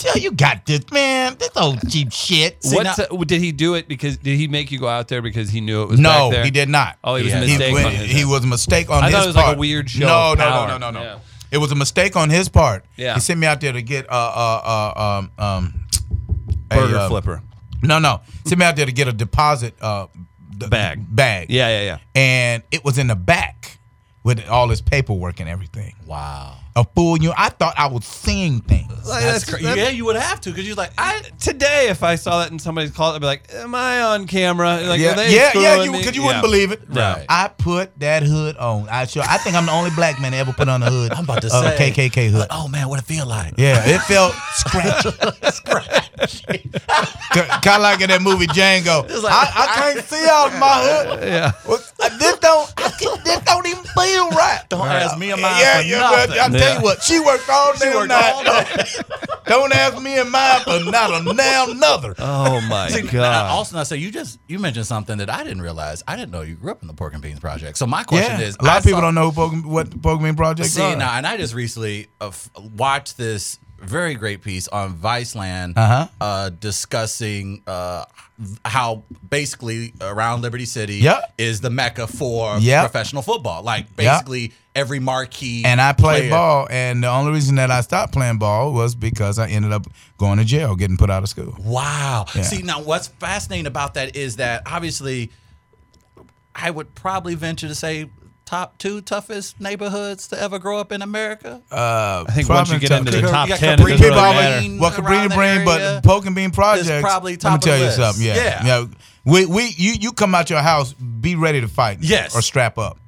Speaker 4: Yeah, you got this, man. This old cheap shit.
Speaker 1: See,
Speaker 3: What's uh, did he do it because did he make you go out there because he knew it was
Speaker 4: no,
Speaker 3: back there?
Speaker 4: he did not.
Speaker 3: Oh, he was
Speaker 1: He
Speaker 3: a
Speaker 1: had-
Speaker 3: mistake.
Speaker 4: he,
Speaker 3: on his
Speaker 4: he
Speaker 3: end.
Speaker 4: was a mistake on
Speaker 3: I
Speaker 4: his
Speaker 3: thought it was like a
Speaker 4: part.
Speaker 3: weird show
Speaker 4: No,
Speaker 3: of
Speaker 4: no,
Speaker 3: power.
Speaker 4: no, no, no, no.
Speaker 3: Yeah.
Speaker 4: It was a mistake on his part.
Speaker 3: Yeah.
Speaker 4: he sent me out there to get uh uh, uh um um a,
Speaker 3: burger
Speaker 4: uh,
Speaker 3: flipper
Speaker 4: No, no, sent me out there to get a deposit uh d-
Speaker 3: bag.
Speaker 4: bag.
Speaker 3: Yeah, yeah, yeah.
Speaker 4: and it was in the back with all his paperwork and everything.
Speaker 1: Wow.
Speaker 4: A fool, you. I thought I was seeing things.
Speaker 1: That's crazy. Yeah, you would have to because you're like, I.
Speaker 3: Today, if I saw that in somebody's closet, I'd be like, "Am I on camera?" Like,
Speaker 4: yeah,
Speaker 3: were they
Speaker 4: yeah, yeah,
Speaker 3: screwing
Speaker 4: you,
Speaker 3: me?
Speaker 4: because you
Speaker 3: Yeah.
Speaker 4: wouldn't believe it.
Speaker 1: Right.
Speaker 4: I put that hood on. I sure. I think I'm the only black man that ever put on a hood.
Speaker 1: I'm about to
Speaker 4: of
Speaker 1: say
Speaker 4: a KKK hood.
Speaker 1: Like, oh man, what it feel like?
Speaker 4: Yeah, it felt scratchy. kind of like in that movie Django. I, I can't see out of my hood.
Speaker 3: Yeah.
Speaker 4: What- This don't. I can't- This don't even feel right.
Speaker 1: Don't ask me and mine
Speaker 4: Yeah,
Speaker 1: for
Speaker 4: yeah,
Speaker 1: nothing.
Speaker 4: but I tell
Speaker 3: Yeah.
Speaker 4: you what, she worked all day
Speaker 1: worked all
Speaker 4: Don't ask me and mine for not a now nothher.
Speaker 3: Oh my
Speaker 1: And I
Speaker 3: god.
Speaker 1: also, I say you just you mentioned something that I didn't realize. I didn't know you grew up in the Pork and Beans Project. So my question is,
Speaker 4: a lot
Speaker 1: I
Speaker 4: of people
Speaker 1: saw-
Speaker 4: don't know who Pokemon, what the Pokemon Project
Speaker 1: See
Speaker 4: is.
Speaker 1: now, and I just recently uh, f- watched this very great piece on Viceland
Speaker 4: Uh-huh.
Speaker 1: uh, discussing uh, how basically around Liberty City
Speaker 4: Yep.
Speaker 1: is the mecca for
Speaker 4: Yep.
Speaker 1: professional football. Like
Speaker 4: Yep.
Speaker 1: basically every marquee.
Speaker 4: And I played
Speaker 1: player-
Speaker 4: ball, and the only reason that I stopped playing ball was because I ended up going to jail, getting put out of school.
Speaker 1: Wow.
Speaker 4: Yeah.
Speaker 1: See, now what's fascinating about that is that obviously I would probably venture to say top two toughest neighborhoods to ever grow up in America.
Speaker 4: Uh,
Speaker 3: I think
Speaker 4: probably
Speaker 3: once you get
Speaker 4: tough-
Speaker 3: into the
Speaker 1: You
Speaker 3: top
Speaker 1: got
Speaker 3: ten, it doesn't
Speaker 1: Capri
Speaker 3: really
Speaker 4: people
Speaker 1: Baba
Speaker 3: matter.
Speaker 1: in-
Speaker 4: always well, Cabrini
Speaker 1: around the
Speaker 4: Brain,
Speaker 1: area
Speaker 4: but Poke and Bean Project
Speaker 1: probably
Speaker 4: Let me
Speaker 1: top of
Speaker 4: tell
Speaker 1: the
Speaker 4: you
Speaker 1: list.
Speaker 4: something. Yeah,
Speaker 1: Yeah.
Speaker 4: yeah. We we you you come out your house, be ready to fight.
Speaker 1: Yes.
Speaker 4: or strap up.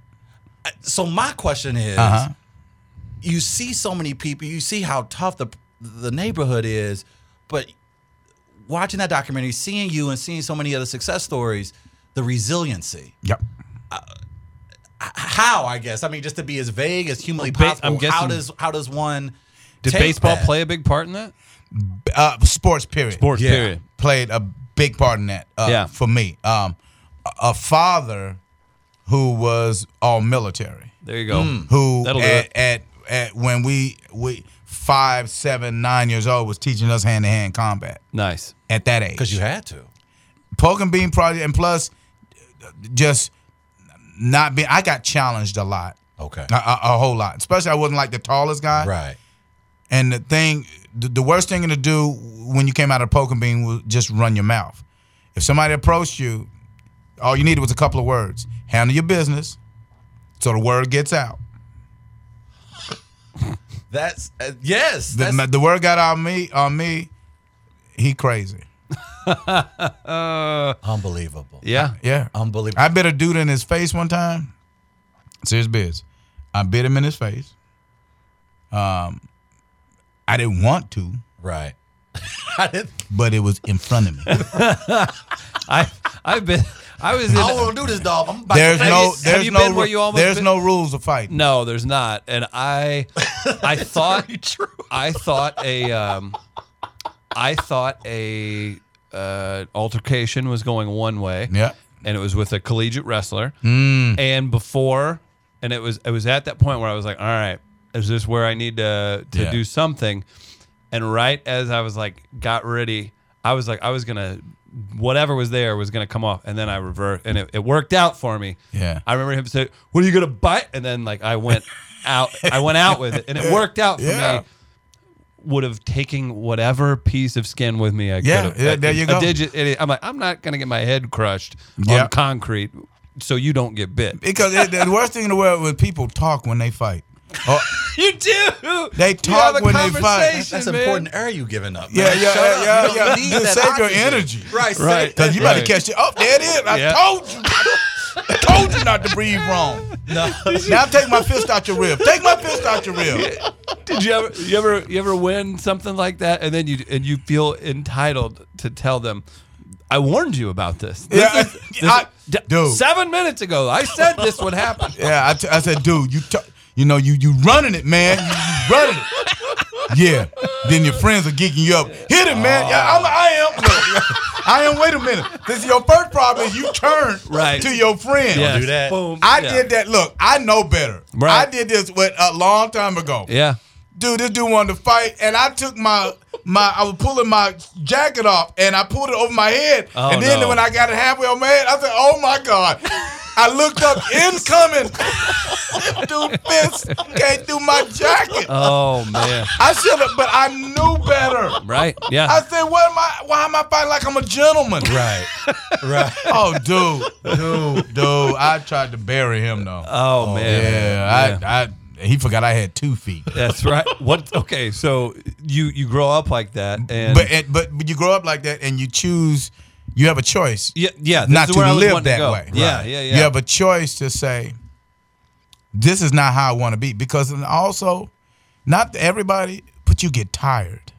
Speaker 1: so my question is
Speaker 4: Uh-huh.
Speaker 1: you see so many people, you see how tough the the neighborhood is, but watching that documentary, seeing you and seeing so many other success stories, the resiliency.
Speaker 4: Yep.
Speaker 1: How, I guess. I mean, just to be as vague as humanly
Speaker 3: Ba-
Speaker 1: possible.
Speaker 3: I'm
Speaker 1: how
Speaker 3: guessing-
Speaker 1: does how does one
Speaker 3: Did
Speaker 1: take
Speaker 3: baseball
Speaker 1: that?
Speaker 3: play a big part in that?
Speaker 4: Uh, sports period.
Speaker 3: Sports
Speaker 1: Yeah.
Speaker 3: period.
Speaker 4: played a big part in that uh,
Speaker 3: Yeah.
Speaker 4: for me. Um, a- a father who was all military,
Speaker 3: There you go.
Speaker 1: Hmm.
Speaker 4: who
Speaker 3: That'll do
Speaker 4: at,
Speaker 3: it.
Speaker 4: at at when we we five, seven, nine years old was teaching us hand to hand combat
Speaker 3: Nice.
Speaker 4: at that age.
Speaker 1: Because you had to.
Speaker 4: poke and bean project, and plus just not being. I got challenged a lot,
Speaker 1: Okay.
Speaker 4: a, a, a whole lot. Especially I wasn't like the tallest guy,
Speaker 1: Right.
Speaker 4: and the thing, the, the worst thing to do when you came out of poke and bean was just run your mouth. If somebody approached you, all you needed was a couple of words. Handle your business, so the word gets out.
Speaker 1: That's uh, yes.
Speaker 4: The,
Speaker 1: That's,
Speaker 4: the word got on me. On me, he crazy.
Speaker 1: unbelievable.
Speaker 3: Yeah.
Speaker 4: Yeah.
Speaker 1: Unbelievable.
Speaker 4: I bit a dude in his face one time. Serious biz. I bit him in his face. Um, I didn't want to,
Speaker 1: right. I didn't,
Speaker 4: but it was in front of me.
Speaker 3: I I've been I was in
Speaker 1: I don't want to do this, dog. I'm about
Speaker 4: There's
Speaker 1: to
Speaker 4: no,
Speaker 1: Vegas.
Speaker 4: there's
Speaker 3: you
Speaker 4: no,
Speaker 3: been
Speaker 4: ru-
Speaker 3: where you almost
Speaker 4: there's
Speaker 3: bit-
Speaker 4: no rules of fighting.
Speaker 3: No, there's not. And I I thought I thought a um I thought a uh altercation was going one way.
Speaker 4: Yeah.
Speaker 3: And it was with a collegiate wrestler.
Speaker 4: Mm.
Speaker 3: And before and it was it was at that point where I was like, all right, is this where I need to to
Speaker 4: Yeah.
Speaker 3: do something? And right as I was like got ready, I was like I was gonna whatever was there was gonna come off and then I revert and it, it worked out for me.
Speaker 4: Yeah.
Speaker 3: I remember him say, "What are you gonna bite?" And then like I went out, I went out with it, and it worked out for
Speaker 4: Yeah.
Speaker 3: me. Would have taken whatever piece of skin with me. I
Speaker 4: Yeah,
Speaker 3: could have.
Speaker 4: yeah, there you
Speaker 3: a
Speaker 4: go.
Speaker 3: digit- it- I'm like, I'm not gonna get my head crushed
Speaker 4: Yeah.
Speaker 3: on concrete, so you don't get bit.
Speaker 4: Because it, the worst thing in the world was people talk when they fight. Oh,
Speaker 3: You do.
Speaker 4: They
Speaker 3: You
Speaker 4: talk
Speaker 3: have a
Speaker 4: when they fight.
Speaker 3: conversation,
Speaker 1: That's
Speaker 3: man.
Speaker 1: important air you giving up.
Speaker 4: Yeah,
Speaker 1: man.
Speaker 4: yeah,
Speaker 1: Shut up.
Speaker 4: yeah,
Speaker 1: You don't
Speaker 4: yeah.
Speaker 1: need
Speaker 4: You
Speaker 1: that
Speaker 4: save your
Speaker 1: oxygen.
Speaker 4: energy.
Speaker 1: Right. save
Speaker 3: Right.
Speaker 1: that-
Speaker 4: because you about
Speaker 3: Right.
Speaker 4: to catch it. Oh, there it is. I
Speaker 3: Yeah.
Speaker 4: told you. I told you not to breathe wrong. Now take my fist out your rib. Take my fist out your rib.
Speaker 3: Did you ever, you ever, you ever win something like that, and then you and you feel entitled to tell them, "I warned you about this." This
Speaker 4: Yeah.
Speaker 3: is- this-
Speaker 4: I-
Speaker 3: d-
Speaker 4: dude.
Speaker 3: seven minutes ago, I said this would happen.
Speaker 4: Yeah, I, t- I said, dude, you t- you know you you running it, man, you, you running it. Yeah. Then your friends are geeking you up. Hit it, man. Yeah, I'm, I am. Look, I am. Wait a minute. This is your first problem. Is you turn
Speaker 3: Right.
Speaker 4: to your friend.
Speaker 3: Yes.
Speaker 1: do that.
Speaker 3: Boom.
Speaker 4: I
Speaker 3: Yeah.
Speaker 4: did that. Look, I know better.
Speaker 3: Right.
Speaker 4: I did this with a long time ago.
Speaker 3: Yeah.
Speaker 4: dude, this dude wanted to fight, and I took my my I was pulling my jacket off, and I pulled it over my head,
Speaker 3: Oh,
Speaker 4: and then
Speaker 3: no.
Speaker 4: when I got it halfway on my head, I said, "Oh my god." I looked up incoming. This Dude, fist came through my jacket.
Speaker 3: Oh man.
Speaker 4: I should have, but I knew better.
Speaker 3: Right. Yeah.
Speaker 4: I said, "What am I? Why am I fighting like I'm a gentleman?"
Speaker 1: Right. Right.
Speaker 4: Oh, dude, dude, dude! I tried to bury him though.
Speaker 3: oh, man.
Speaker 4: yeah, I, I, he forgot I had two feet.
Speaker 3: That's right. What? Okay. So you you grow up like that, and
Speaker 4: But it, but but you grow up like that, and you choose. You have a choice
Speaker 3: yeah, yeah. This
Speaker 4: not
Speaker 3: is
Speaker 4: to
Speaker 3: where I was
Speaker 4: live
Speaker 3: wanting
Speaker 4: that
Speaker 3: to go.
Speaker 4: way.
Speaker 3: Yeah,
Speaker 4: Right.
Speaker 3: yeah. Yeah.
Speaker 4: You have a choice to say, "This is not how I want to be," because and also, not everybody, but you get tired.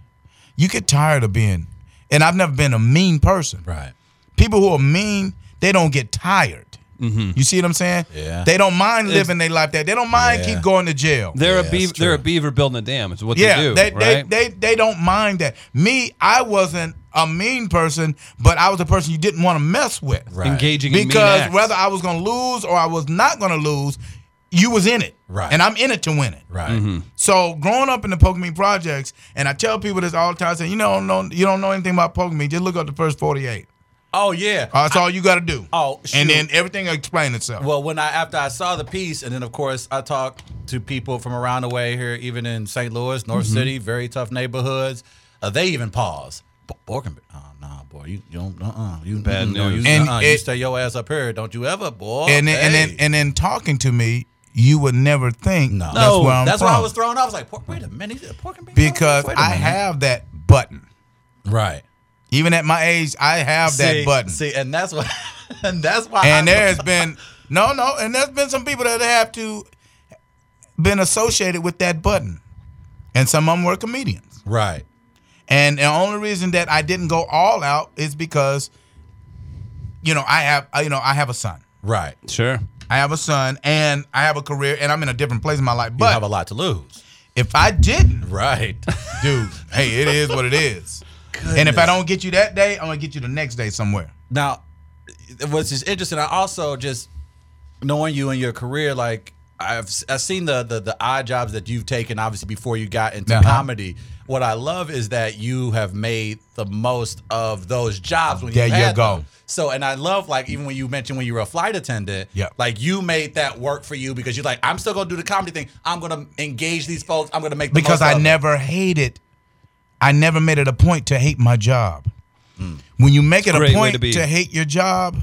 Speaker 4: You get tired of being, and I've never been a mean person.
Speaker 1: Right.
Speaker 4: People who are mean, they don't get tired.
Speaker 3: Mm-hmm.
Speaker 4: You see what I'm saying?
Speaker 1: Yeah.
Speaker 4: They don't mind living their life that. They don't mind
Speaker 1: Yeah.
Speaker 4: keep going to jail.
Speaker 3: they're
Speaker 1: Yeah,
Speaker 3: a
Speaker 1: that's
Speaker 3: beaver. They're a
Speaker 1: true.
Speaker 3: beaver building a dam. It's what
Speaker 4: Yeah,
Speaker 3: they do.
Speaker 4: they,
Speaker 3: right.
Speaker 4: they, they they don't mind that. Me, I wasn't a mean person, but I was a person you didn't want to mess with.
Speaker 1: Right.
Speaker 3: Engaging in mean
Speaker 4: Because
Speaker 3: acts.
Speaker 4: whether I was going to lose or I was not going to lose, you was in it,
Speaker 1: Right.
Speaker 4: And I'm in it to win it,
Speaker 1: Right.
Speaker 4: So growing up in the Pokemon projects, and I tell people this all the time, I say, you know, don't know, you don't know anything about Pokemon. Just look up the first 48.
Speaker 1: Oh yeah.
Speaker 4: Uh, that's all you got to do.
Speaker 1: Oh, shoot.
Speaker 4: and then everything will explain itself.
Speaker 1: Well, when I after I saw the piece, and then of course I talked to people from around the way here, even in St. Louis, North City, very tough neighborhoods. Uh, they even pause. Bo- Borken, oh nah, boy, you, you don't, uh-uh, you
Speaker 3: Bad
Speaker 1: mm, no,
Speaker 3: news.
Speaker 1: you,
Speaker 4: And
Speaker 1: uh-uh, you
Speaker 4: it-
Speaker 1: stay your ass up here, don't you ever, boy.
Speaker 4: and then, and then
Speaker 1: Hey.
Speaker 4: and then talking to me, you would never think
Speaker 1: no,
Speaker 4: that's where I'm
Speaker 1: Oh, that's
Speaker 4: from.
Speaker 1: where I was thrown. off. I was like, "Por- wait a minute, is it Porkenbean?
Speaker 4: because
Speaker 1: Wait a
Speaker 4: I
Speaker 1: minute.
Speaker 4: have that button.
Speaker 1: right.
Speaker 4: Even at my age, I have that
Speaker 1: See-
Speaker 4: button.
Speaker 1: See, and that's why, and that's why,
Speaker 4: and
Speaker 1: I-
Speaker 4: there's been no, no, and there's been some people that have to been associated with that button, and some of them were comedians.
Speaker 1: right,
Speaker 4: And the only reason that I didn't go all out is because, you know, I have, uh, you know, I have a son.
Speaker 1: right.
Speaker 3: Sure.
Speaker 4: I have a son, and I have a career, and I'm in a different place in my life.
Speaker 1: you have
Speaker 4: But
Speaker 1: a lot to lose,
Speaker 4: if I didn't,
Speaker 1: right?
Speaker 4: dude, hey, it is what it is. And if I don't get you that day, I'm gonna get you the next day somewhere.
Speaker 1: Now, what's just interesting, I also just knowing you and your career, like I've I've seen the the, the odd jobs that you've taken, obviously before you got into
Speaker 4: Uh-huh.
Speaker 1: comedy. What I love is that you have made the most of those jobs when
Speaker 4: There
Speaker 1: you
Speaker 4: you
Speaker 1: had
Speaker 4: go.
Speaker 1: them. So, and I love like even when you mentioned when you were a flight attendant,
Speaker 4: Yep.
Speaker 1: like you made that work for you because you're like, I'm still gonna do the comedy thing. I'm gonna engage these folks. I'm gonna make the
Speaker 4: because
Speaker 1: most
Speaker 4: I
Speaker 1: of it."
Speaker 4: never hated. I never made it a point to hate my job. When you make it
Speaker 3: Hmm. a
Speaker 4: a
Speaker 3: great way
Speaker 4: point
Speaker 3: to
Speaker 4: to,
Speaker 3: be.
Speaker 4: hate your job,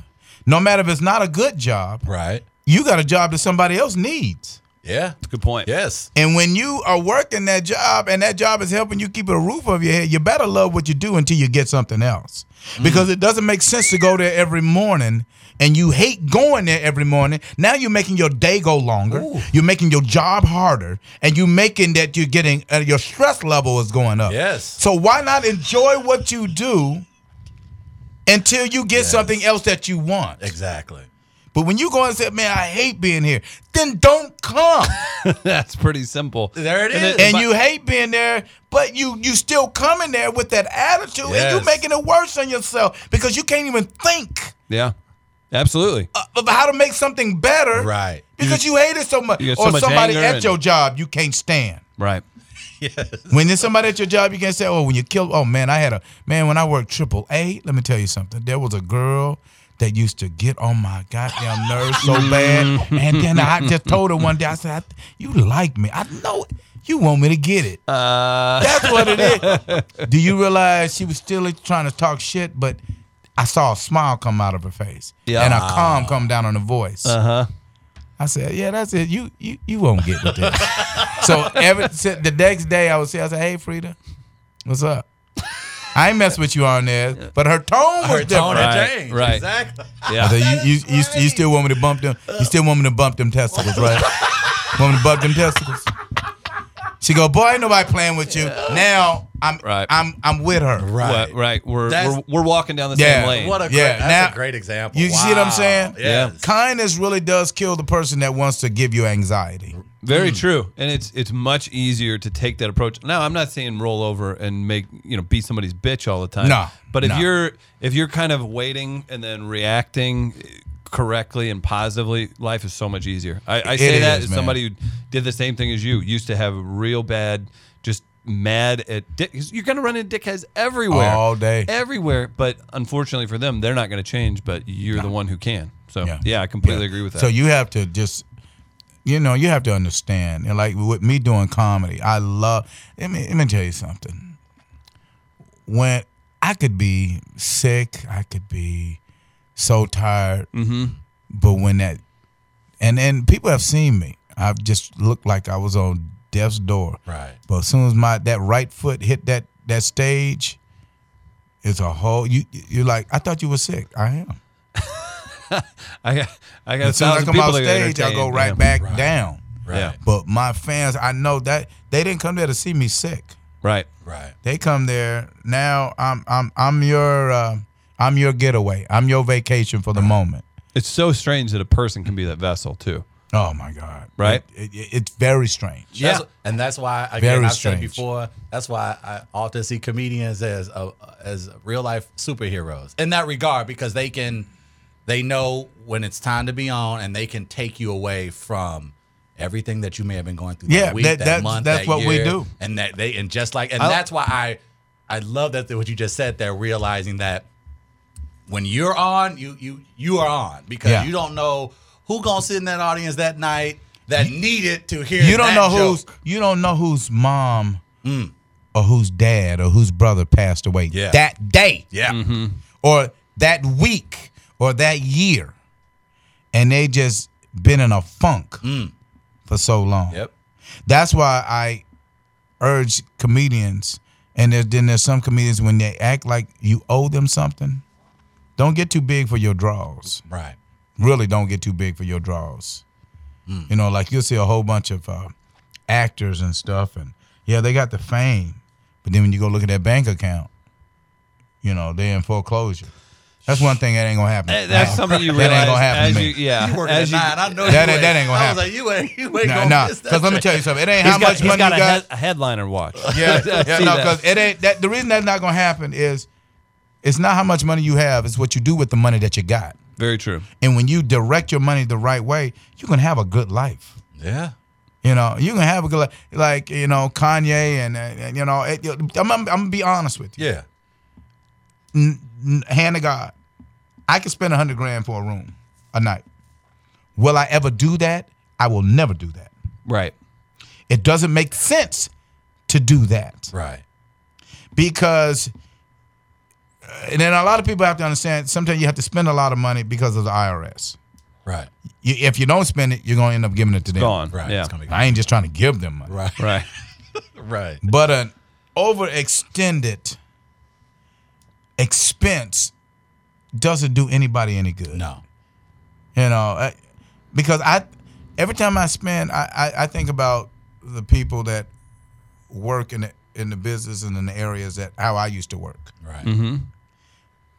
Speaker 4: no matter if it's not a good job,
Speaker 1: right.
Speaker 4: you got a job that somebody else needs.
Speaker 1: Yeah.
Speaker 3: Good point.
Speaker 1: Yes.
Speaker 4: And when you are working that job and that job is helping you keep a roof over your head, you better love what you do until you get something else. Because it doesn't make sense to go there every morning and you hate going there every morning. Now you're making your day go longer. You're making your job harder and you're making that you're getting uh, your stress level is going up.
Speaker 1: Yes.
Speaker 4: So why not enjoy what you do until you get something else that you want?
Speaker 1: Exactly.
Speaker 4: But when you go and say, "Man, I hate being here," then don't come.
Speaker 3: That's pretty simple.
Speaker 1: There it
Speaker 3: And
Speaker 1: is.
Speaker 4: and
Speaker 3: But-
Speaker 4: you hate being there, but you you still coming there with that attitude, and
Speaker 1: Yes.
Speaker 4: you making it worse on yourself because you can't even think
Speaker 3: Yeah. Absolutely.
Speaker 4: uh, of how to make something better,
Speaker 1: Right.
Speaker 4: Because you, hate it so much,
Speaker 3: you got so
Speaker 4: or
Speaker 3: much
Speaker 4: somebody
Speaker 3: anger
Speaker 4: at
Speaker 3: and-
Speaker 4: your job you can't stand.
Speaker 3: Right.
Speaker 4: When there's somebody at your job, you can't say, "Oh, when you kill." Oh man, I had a man when I worked triple A. Let me tell you something. There was a girl that used to get on my goddamn nerves so bad, and then I just told her one day, I said, I, "You like me? I know it. you want me to get it."
Speaker 3: Uh,
Speaker 4: That's what it is. Do you realize she was still trying to talk shit, but I saw a smile come out of her face
Speaker 3: Yeah. Uh-huh.
Speaker 4: and a calm come down on her voice.
Speaker 3: huh.
Speaker 4: I said, "Yeah, that's it. You you you won't get with this." so every so the next day, I would say, "I said, hey Frida, what's up?" I ain't mess with you on there, but her tone was
Speaker 1: Her tone
Speaker 4: different.
Speaker 1: had
Speaker 3: Right,
Speaker 1: changed.
Speaker 3: right.
Speaker 1: Exactly.
Speaker 4: I
Speaker 3: Yeah.
Speaker 4: said, you, you, you, you still want me to bump them? You still want me to bump them testicles, right? want me to bump them testicles? She go, boy, ain't nobody playing with you. Now I'm
Speaker 3: Right.
Speaker 4: I'm I'm with her.
Speaker 1: Right.
Speaker 3: What- right. We're,
Speaker 1: That's-
Speaker 3: we're we're walking down the
Speaker 4: Yeah.
Speaker 3: same lane.
Speaker 1: What a great,
Speaker 4: Yeah,
Speaker 1: that's
Speaker 4: now-
Speaker 1: a great example.
Speaker 4: you see what I'm saying?
Speaker 1: Yeah.
Speaker 4: Kindness really does kill the person that wants to give you anxiety.
Speaker 3: Very
Speaker 4: Mm.
Speaker 3: true, and it's it's much easier to take that approach. Now, I'm not saying roll over and make you know be somebody's bitch all the time.
Speaker 4: No,
Speaker 3: but if
Speaker 4: no.
Speaker 3: you're if you're kind of waiting and then reacting correctly and positively, life is so much easier. I, I say
Speaker 4: It
Speaker 3: that
Speaker 4: is,
Speaker 3: as
Speaker 4: man.
Speaker 3: somebody who did the same thing as you, used to have real bad, just mad at dick. 'cause You're gonna run into dickheads everywhere,
Speaker 4: All day.
Speaker 3: everywhere. But unfortunately for them, they're not gonna change. But you're the one who can. So yeah,
Speaker 4: Yeah.
Speaker 3: I completely agree with that.
Speaker 4: So you have to just, you know, you have to understand. And like with me doing comedy, I love. Let me let me tell you something. When I could be sick, I could be so tired. Mm-hmm. But when that, and and people have seen me. I've just looked like I was on death's door.
Speaker 1: Right.
Speaker 4: But as soon as my that right foot hit that that stage, it's a whole. You you're like, I thought you were sick. I am.
Speaker 3: I got, I got a
Speaker 4: As soon as I
Speaker 3: thousand
Speaker 4: come
Speaker 3: people
Speaker 4: off
Speaker 3: to
Speaker 4: stage, I
Speaker 3: entertain,
Speaker 4: go right
Speaker 3: yeah.
Speaker 4: back
Speaker 1: Right.
Speaker 4: down.
Speaker 1: Right.
Speaker 3: Yeah.
Speaker 4: But my fans, I know that they didn't come there to see me sick.
Speaker 3: Right.
Speaker 1: Right.
Speaker 4: They come there now. I'm I'm I'm your uh, I'm your getaway. I'm your vacation for the moment.
Speaker 3: It's so strange that a person can be that vessel too.
Speaker 4: Oh my God!
Speaker 3: Right.
Speaker 4: It- it- it's very strange.
Speaker 1: That's-
Speaker 3: Yeah.
Speaker 1: and that's why again,
Speaker 4: Very
Speaker 1: I've
Speaker 4: strange.
Speaker 1: said before. That's why I often see comedians as uh, as real life superheroes in that regard because they can they know when it's time to be on and they can take you away from everything that you may have been going through.
Speaker 4: Yeah,
Speaker 1: that week,
Speaker 4: that-
Speaker 1: that,
Speaker 4: that's-
Speaker 1: month,
Speaker 4: that's
Speaker 1: that
Speaker 4: what we
Speaker 1: year,
Speaker 4: do.
Speaker 1: and that they and just like and
Speaker 3: I-
Speaker 1: that's why I I love that what you just said there, realizing that when you're on, you you you are on because
Speaker 4: Yeah.
Speaker 1: you don't know who gonna sit in that audience that night that needed to hear.
Speaker 4: You
Speaker 1: that
Speaker 4: don't know
Speaker 1: joke. Mm.
Speaker 4: who's you don't know whose mom or whose dad or whose brother passed away
Speaker 1: Yeah.
Speaker 4: that day
Speaker 1: yeah.
Speaker 4: or that week or that year, and they just been in a funk for so long.
Speaker 1: Yep.
Speaker 4: That's why I urge comedians, and there, then there's some comedians when they act like you owe them something. Don't get too big for your draws
Speaker 1: Right.
Speaker 4: really don't get too big for your draws. You know, like you'll see a whole bunch of uh, actors and stuff, and yeah, they got the fame, but then when you go look at their bank account, you know they're in foreclosure. That's one thing that ain't gonna happen.
Speaker 3: Eh, That's something you
Speaker 4: That
Speaker 3: realize.
Speaker 4: ain't gonna happen
Speaker 3: as
Speaker 4: to me.
Speaker 3: you- yeah.
Speaker 1: You working
Speaker 3: as
Speaker 1: at
Speaker 3: you-
Speaker 1: nine? I know
Speaker 4: That
Speaker 1: you
Speaker 4: ain't-
Speaker 1: ain't.
Speaker 4: that ain't
Speaker 1: I
Speaker 4: gonna
Speaker 1: was
Speaker 4: happen.
Speaker 1: like, you ain't. You ain't
Speaker 4: Nah,
Speaker 1: gonna
Speaker 4: nah.
Speaker 1: miss that.
Speaker 4: Because let me tell you something. It ain't how
Speaker 3: He's got-
Speaker 4: much
Speaker 3: he's
Speaker 4: money you
Speaker 3: got a,
Speaker 4: got.
Speaker 3: head- a headliner watch.
Speaker 4: Yeah,
Speaker 3: I
Speaker 4: yeah
Speaker 3: see that.
Speaker 4: no, because it ain't that. The reason that's not gonna happen is it's not how much money you have; it's what you do with the money that you got.
Speaker 3: Very true.
Speaker 4: And when you direct your money the right way, you can have a good life.
Speaker 1: Yeah.
Speaker 4: You know, you can have a good li- like you know Kanye and, uh, and you know it, I'm, I'm, I'm gonna be honest with you.
Speaker 1: Yeah.
Speaker 4: N- Hand to God, I could spend a hundred grand for a room a night. Will I ever do that? I will never do that.
Speaker 3: Right.
Speaker 4: It doesn't make sense to do that
Speaker 1: Right.
Speaker 4: because. uh, And then a lot of people have to understand. Sometimes you have to spend a lot of money because of the IRS.
Speaker 1: Right.
Speaker 4: You, if you don't spend it, you're gonna end up giving it to them.
Speaker 3: Gone.
Speaker 1: Right.
Speaker 3: Yeah.
Speaker 1: It's gonna be
Speaker 4: I ain't just trying to give them money.
Speaker 1: right.
Speaker 3: Right.
Speaker 1: Right.
Speaker 4: but an overextended expense doesn't do anybody any good.
Speaker 1: No.
Speaker 4: You know, I, because I every time I spend, I, I, I think about the people that work in the, in the business and in the areas that how I used to work.
Speaker 1: Right.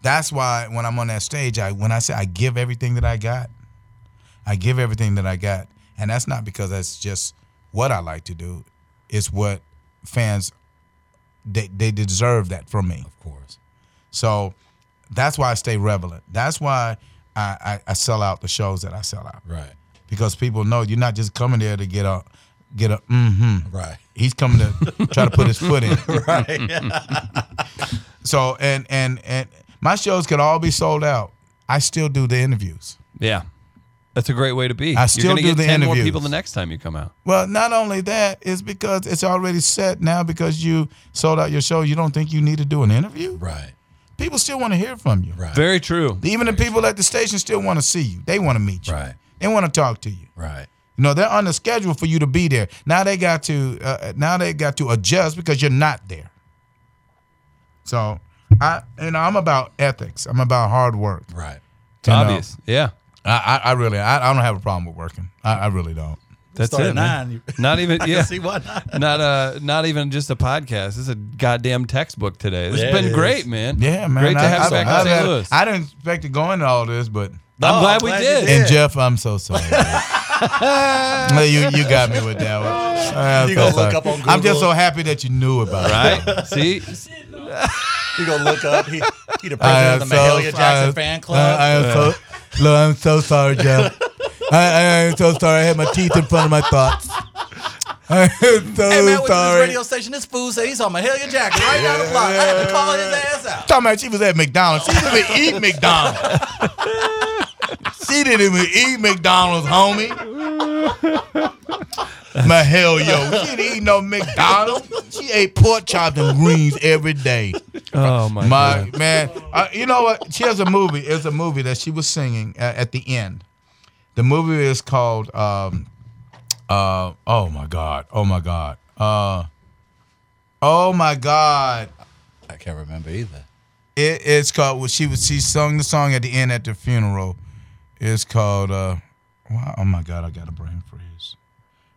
Speaker 4: That's why when I'm on that stage, I when I say I give everything that I got, I give everything that I got, and that's not because that's just what I like to do. It's what fans they they deserve that from me.
Speaker 1: Of course.
Speaker 4: So that's why I stay relevant. That's why I, I, I sell out the shows that I sell out
Speaker 1: Right.
Speaker 4: because people know you're not just coming there to get a get a mm-hmm.
Speaker 1: Right.
Speaker 4: He's coming to try to put his foot in.
Speaker 1: Right.
Speaker 4: So and and and my shows could all be sold out. I still do the interviews.
Speaker 3: Yeah. That's a great way to be.
Speaker 4: I still
Speaker 3: You're gonna
Speaker 4: do
Speaker 3: get
Speaker 4: the
Speaker 3: 10 more
Speaker 4: interviews.
Speaker 3: people the next time you come out.
Speaker 4: Well, not only that, it's because it's already set now because you sold out your show. You don't think you need to do an interview?
Speaker 1: right.
Speaker 4: People still want to hear from you.
Speaker 1: Right.
Speaker 3: Very true.
Speaker 4: Even the people at the station still want to see you. They want to meet you.
Speaker 1: Right.
Speaker 4: They want to talk to you.
Speaker 1: Right.
Speaker 4: You know, they're on the schedule for you to be there. Now they got to uh, now they got to adjust because you're not there. So I you know, I'm about ethics. I'm about hard work.
Speaker 1: Right.
Speaker 3: It's
Speaker 4: You know,
Speaker 3: obvious. Yeah.
Speaker 4: I, I, I really, I, I don't have a problem with working. I, I really don't.
Speaker 3: That's
Speaker 1: Start at
Speaker 3: it. man.
Speaker 1: nine, you-
Speaker 3: Not even.
Speaker 1: I
Speaker 3: yeah.
Speaker 1: can see why not.
Speaker 3: not uh not even just a podcast. This is a goddamn textbook today. This
Speaker 1: Yeah,
Speaker 3: has
Speaker 1: it
Speaker 3: been
Speaker 1: is.
Speaker 3: great, man.
Speaker 4: Yeah, man.
Speaker 3: Great to
Speaker 4: I,
Speaker 3: have
Speaker 4: I,
Speaker 3: you back
Speaker 4: I,
Speaker 3: in St. Louis.
Speaker 4: I, didn't expect to go into all this, but
Speaker 3: I'm
Speaker 1: Oh,
Speaker 3: glad
Speaker 1: I'm
Speaker 3: we
Speaker 1: glad you
Speaker 3: did.
Speaker 1: did.
Speaker 4: and Jeff, I'm so sorry. No, you you got me with that one. I'm
Speaker 1: You
Speaker 4: so
Speaker 1: gonna look
Speaker 4: sorry.
Speaker 1: up on
Speaker 4: I'm just
Speaker 1: Google.
Speaker 4: so happy that you knew about it.
Speaker 3: Right? See,
Speaker 1: You gonna look up? He, he the president
Speaker 4: I am
Speaker 1: of the
Speaker 4: so-
Speaker 1: Mahalia Jackson
Speaker 4: I-
Speaker 1: fan club.
Speaker 4: I, I am so, look, I'm so sorry, Jeff. I, I am so sorry. I had my teeth in front of my thoughts. I am so
Speaker 1: hey man, what's this
Speaker 4: sorry.
Speaker 1: radio station? This fool said he's on Mahalia Jackson right down the block. I had to call his ass out.
Speaker 4: talking about she was at McDonald's. She didn't even eat McDonald's. she didn't even eat McDonald's, homie. My hell, yo, she didn't eat no McDonald's. She ate pork chops and greens every day.
Speaker 3: oh my,
Speaker 4: My man, uh, you know what? She has a movie. It's a movie that she was singing at, at the end. The movie is called. Um, uh, oh my god! Oh my god! Uh, oh my god!
Speaker 1: I can't remember either.
Speaker 4: It, it's called. Well, she was. She sung the song at the end at the funeral. It's called. uh wow, Oh my God! I got a brain freeze.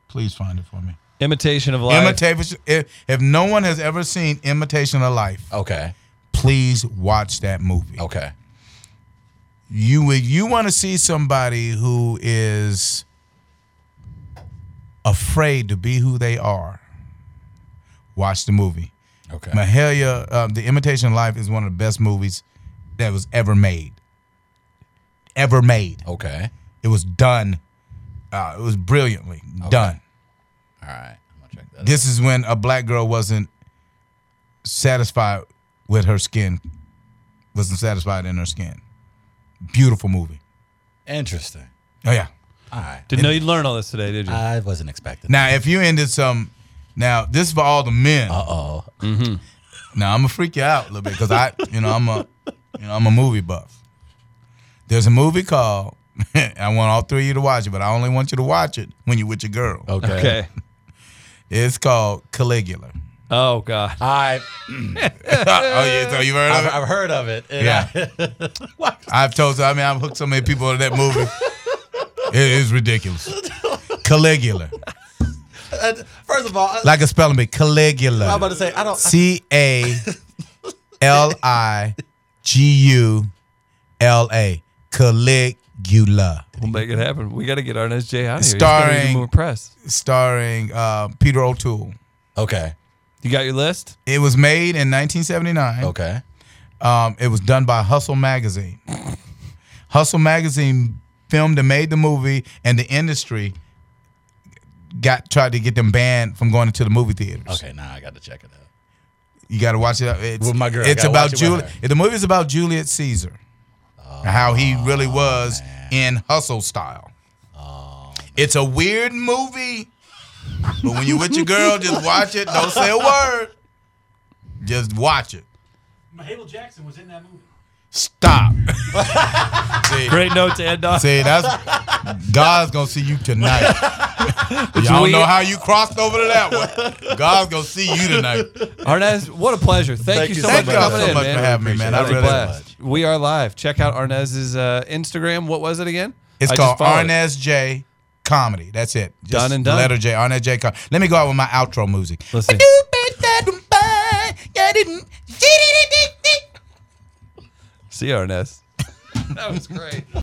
Speaker 4: Please find it for me.
Speaker 3: imitation of life.
Speaker 4: Imitation. If, if no one has ever seen Imitation of Life,
Speaker 1: Okay.
Speaker 4: please watch that movie.
Speaker 1: Okay.
Speaker 4: You would. You want to see somebody who is afraid to be who they are. Watch the movie.
Speaker 1: Okay.
Speaker 4: Mahalia, uh, The Imitation Life is one of the best movies that was ever made. Ever made.
Speaker 1: Okay.
Speaker 4: It was done. Uh, Uh, it was brilliantly done.
Speaker 1: All right. I'm gonna check that. out.
Speaker 4: This is when a black girl wasn't satisfied with her skin, wasn't satisfied in her skin. Beautiful movie.
Speaker 1: Interesting.
Speaker 4: Oh yeah.
Speaker 1: All right.
Speaker 3: Didn't know you'd learn all this today, did you?
Speaker 1: I wasn't expecting.
Speaker 4: Now if you ended some, now this is for all the men.
Speaker 1: Uh oh.
Speaker 4: Now I'm gonna freak you out a little bit because I, you know, I'm a, you know, I'm a movie buff. There's a movie called. I want all three of you to watch it, but I only want you to watch it when you're with your girl.
Speaker 1: Okay.
Speaker 3: okay.
Speaker 4: It's called Caligula.
Speaker 3: Oh God.
Speaker 1: I
Speaker 4: oh yeah, so you heard of
Speaker 1: I've,
Speaker 4: it?
Speaker 1: I've heard of it. and
Speaker 4: Yeah.
Speaker 1: I-
Speaker 4: I've told. I mean, I've hooked so many people to that movie. It is ridiculous. Caligula,
Speaker 1: and first of all, I-
Speaker 4: like a spelling bee. Caligula.
Speaker 1: I'm about to say I don't.
Speaker 4: C A L I G U L A. Caligula.
Speaker 3: We'll make it happen. We got to get RNSJ out of here. He's gotta
Speaker 4: Starring-
Speaker 3: get more press.
Speaker 4: starring uh, Peter O'Toole.
Speaker 1: okay.
Speaker 3: You got your list?
Speaker 4: It was made in 1979.
Speaker 1: Okay.
Speaker 4: Um, it was done by Hustle Magazine. Hustle Magazine filmed and made the movie, and the industry got tried to get them banned from going into the movie theaters.
Speaker 1: Okay. Now I got to check it out.
Speaker 4: You got to watch it. It's,
Speaker 1: With my girl.
Speaker 4: It's
Speaker 1: Gotta
Speaker 4: about
Speaker 1: watch it with
Speaker 4: Juliet. The movie is about Julius Caesar, and how he
Speaker 1: Oh,
Speaker 4: really was in hustle style.
Speaker 1: Oh,
Speaker 4: it's a weird movie, but when you're with your girl, just watch it. Don't say a word. Just watch it.
Speaker 5: Mahalia Jackson was in that movie.
Speaker 4: Stop. see,
Speaker 3: Great note to end on.
Speaker 4: see, that's God's gonna see you tonight. Y'all
Speaker 3: we-
Speaker 4: know how you crossed over to that one. God's gonna see you tonight.
Speaker 3: Arnez, what a pleasure. Thank, you
Speaker 1: you.
Speaker 3: so much
Speaker 1: Thank
Speaker 3: for
Speaker 1: y'all
Speaker 3: coming
Speaker 1: so
Speaker 3: in,
Speaker 4: much
Speaker 3: man.
Speaker 4: for having me, man.
Speaker 3: That
Speaker 4: I
Speaker 3: was a
Speaker 4: really-
Speaker 3: blast. We are live. Check out Arnez's uh, Instagram. What was it again?
Speaker 4: It's
Speaker 3: I just
Speaker 4: called
Speaker 3: followed it.
Speaker 4: Arnaz J Comedy. That's it. Just
Speaker 3: Done and done.
Speaker 4: Letter J. Arnaz J Comedy. Let me go out with my outro music.
Speaker 3: Let's see. See you, Arnez. that was great.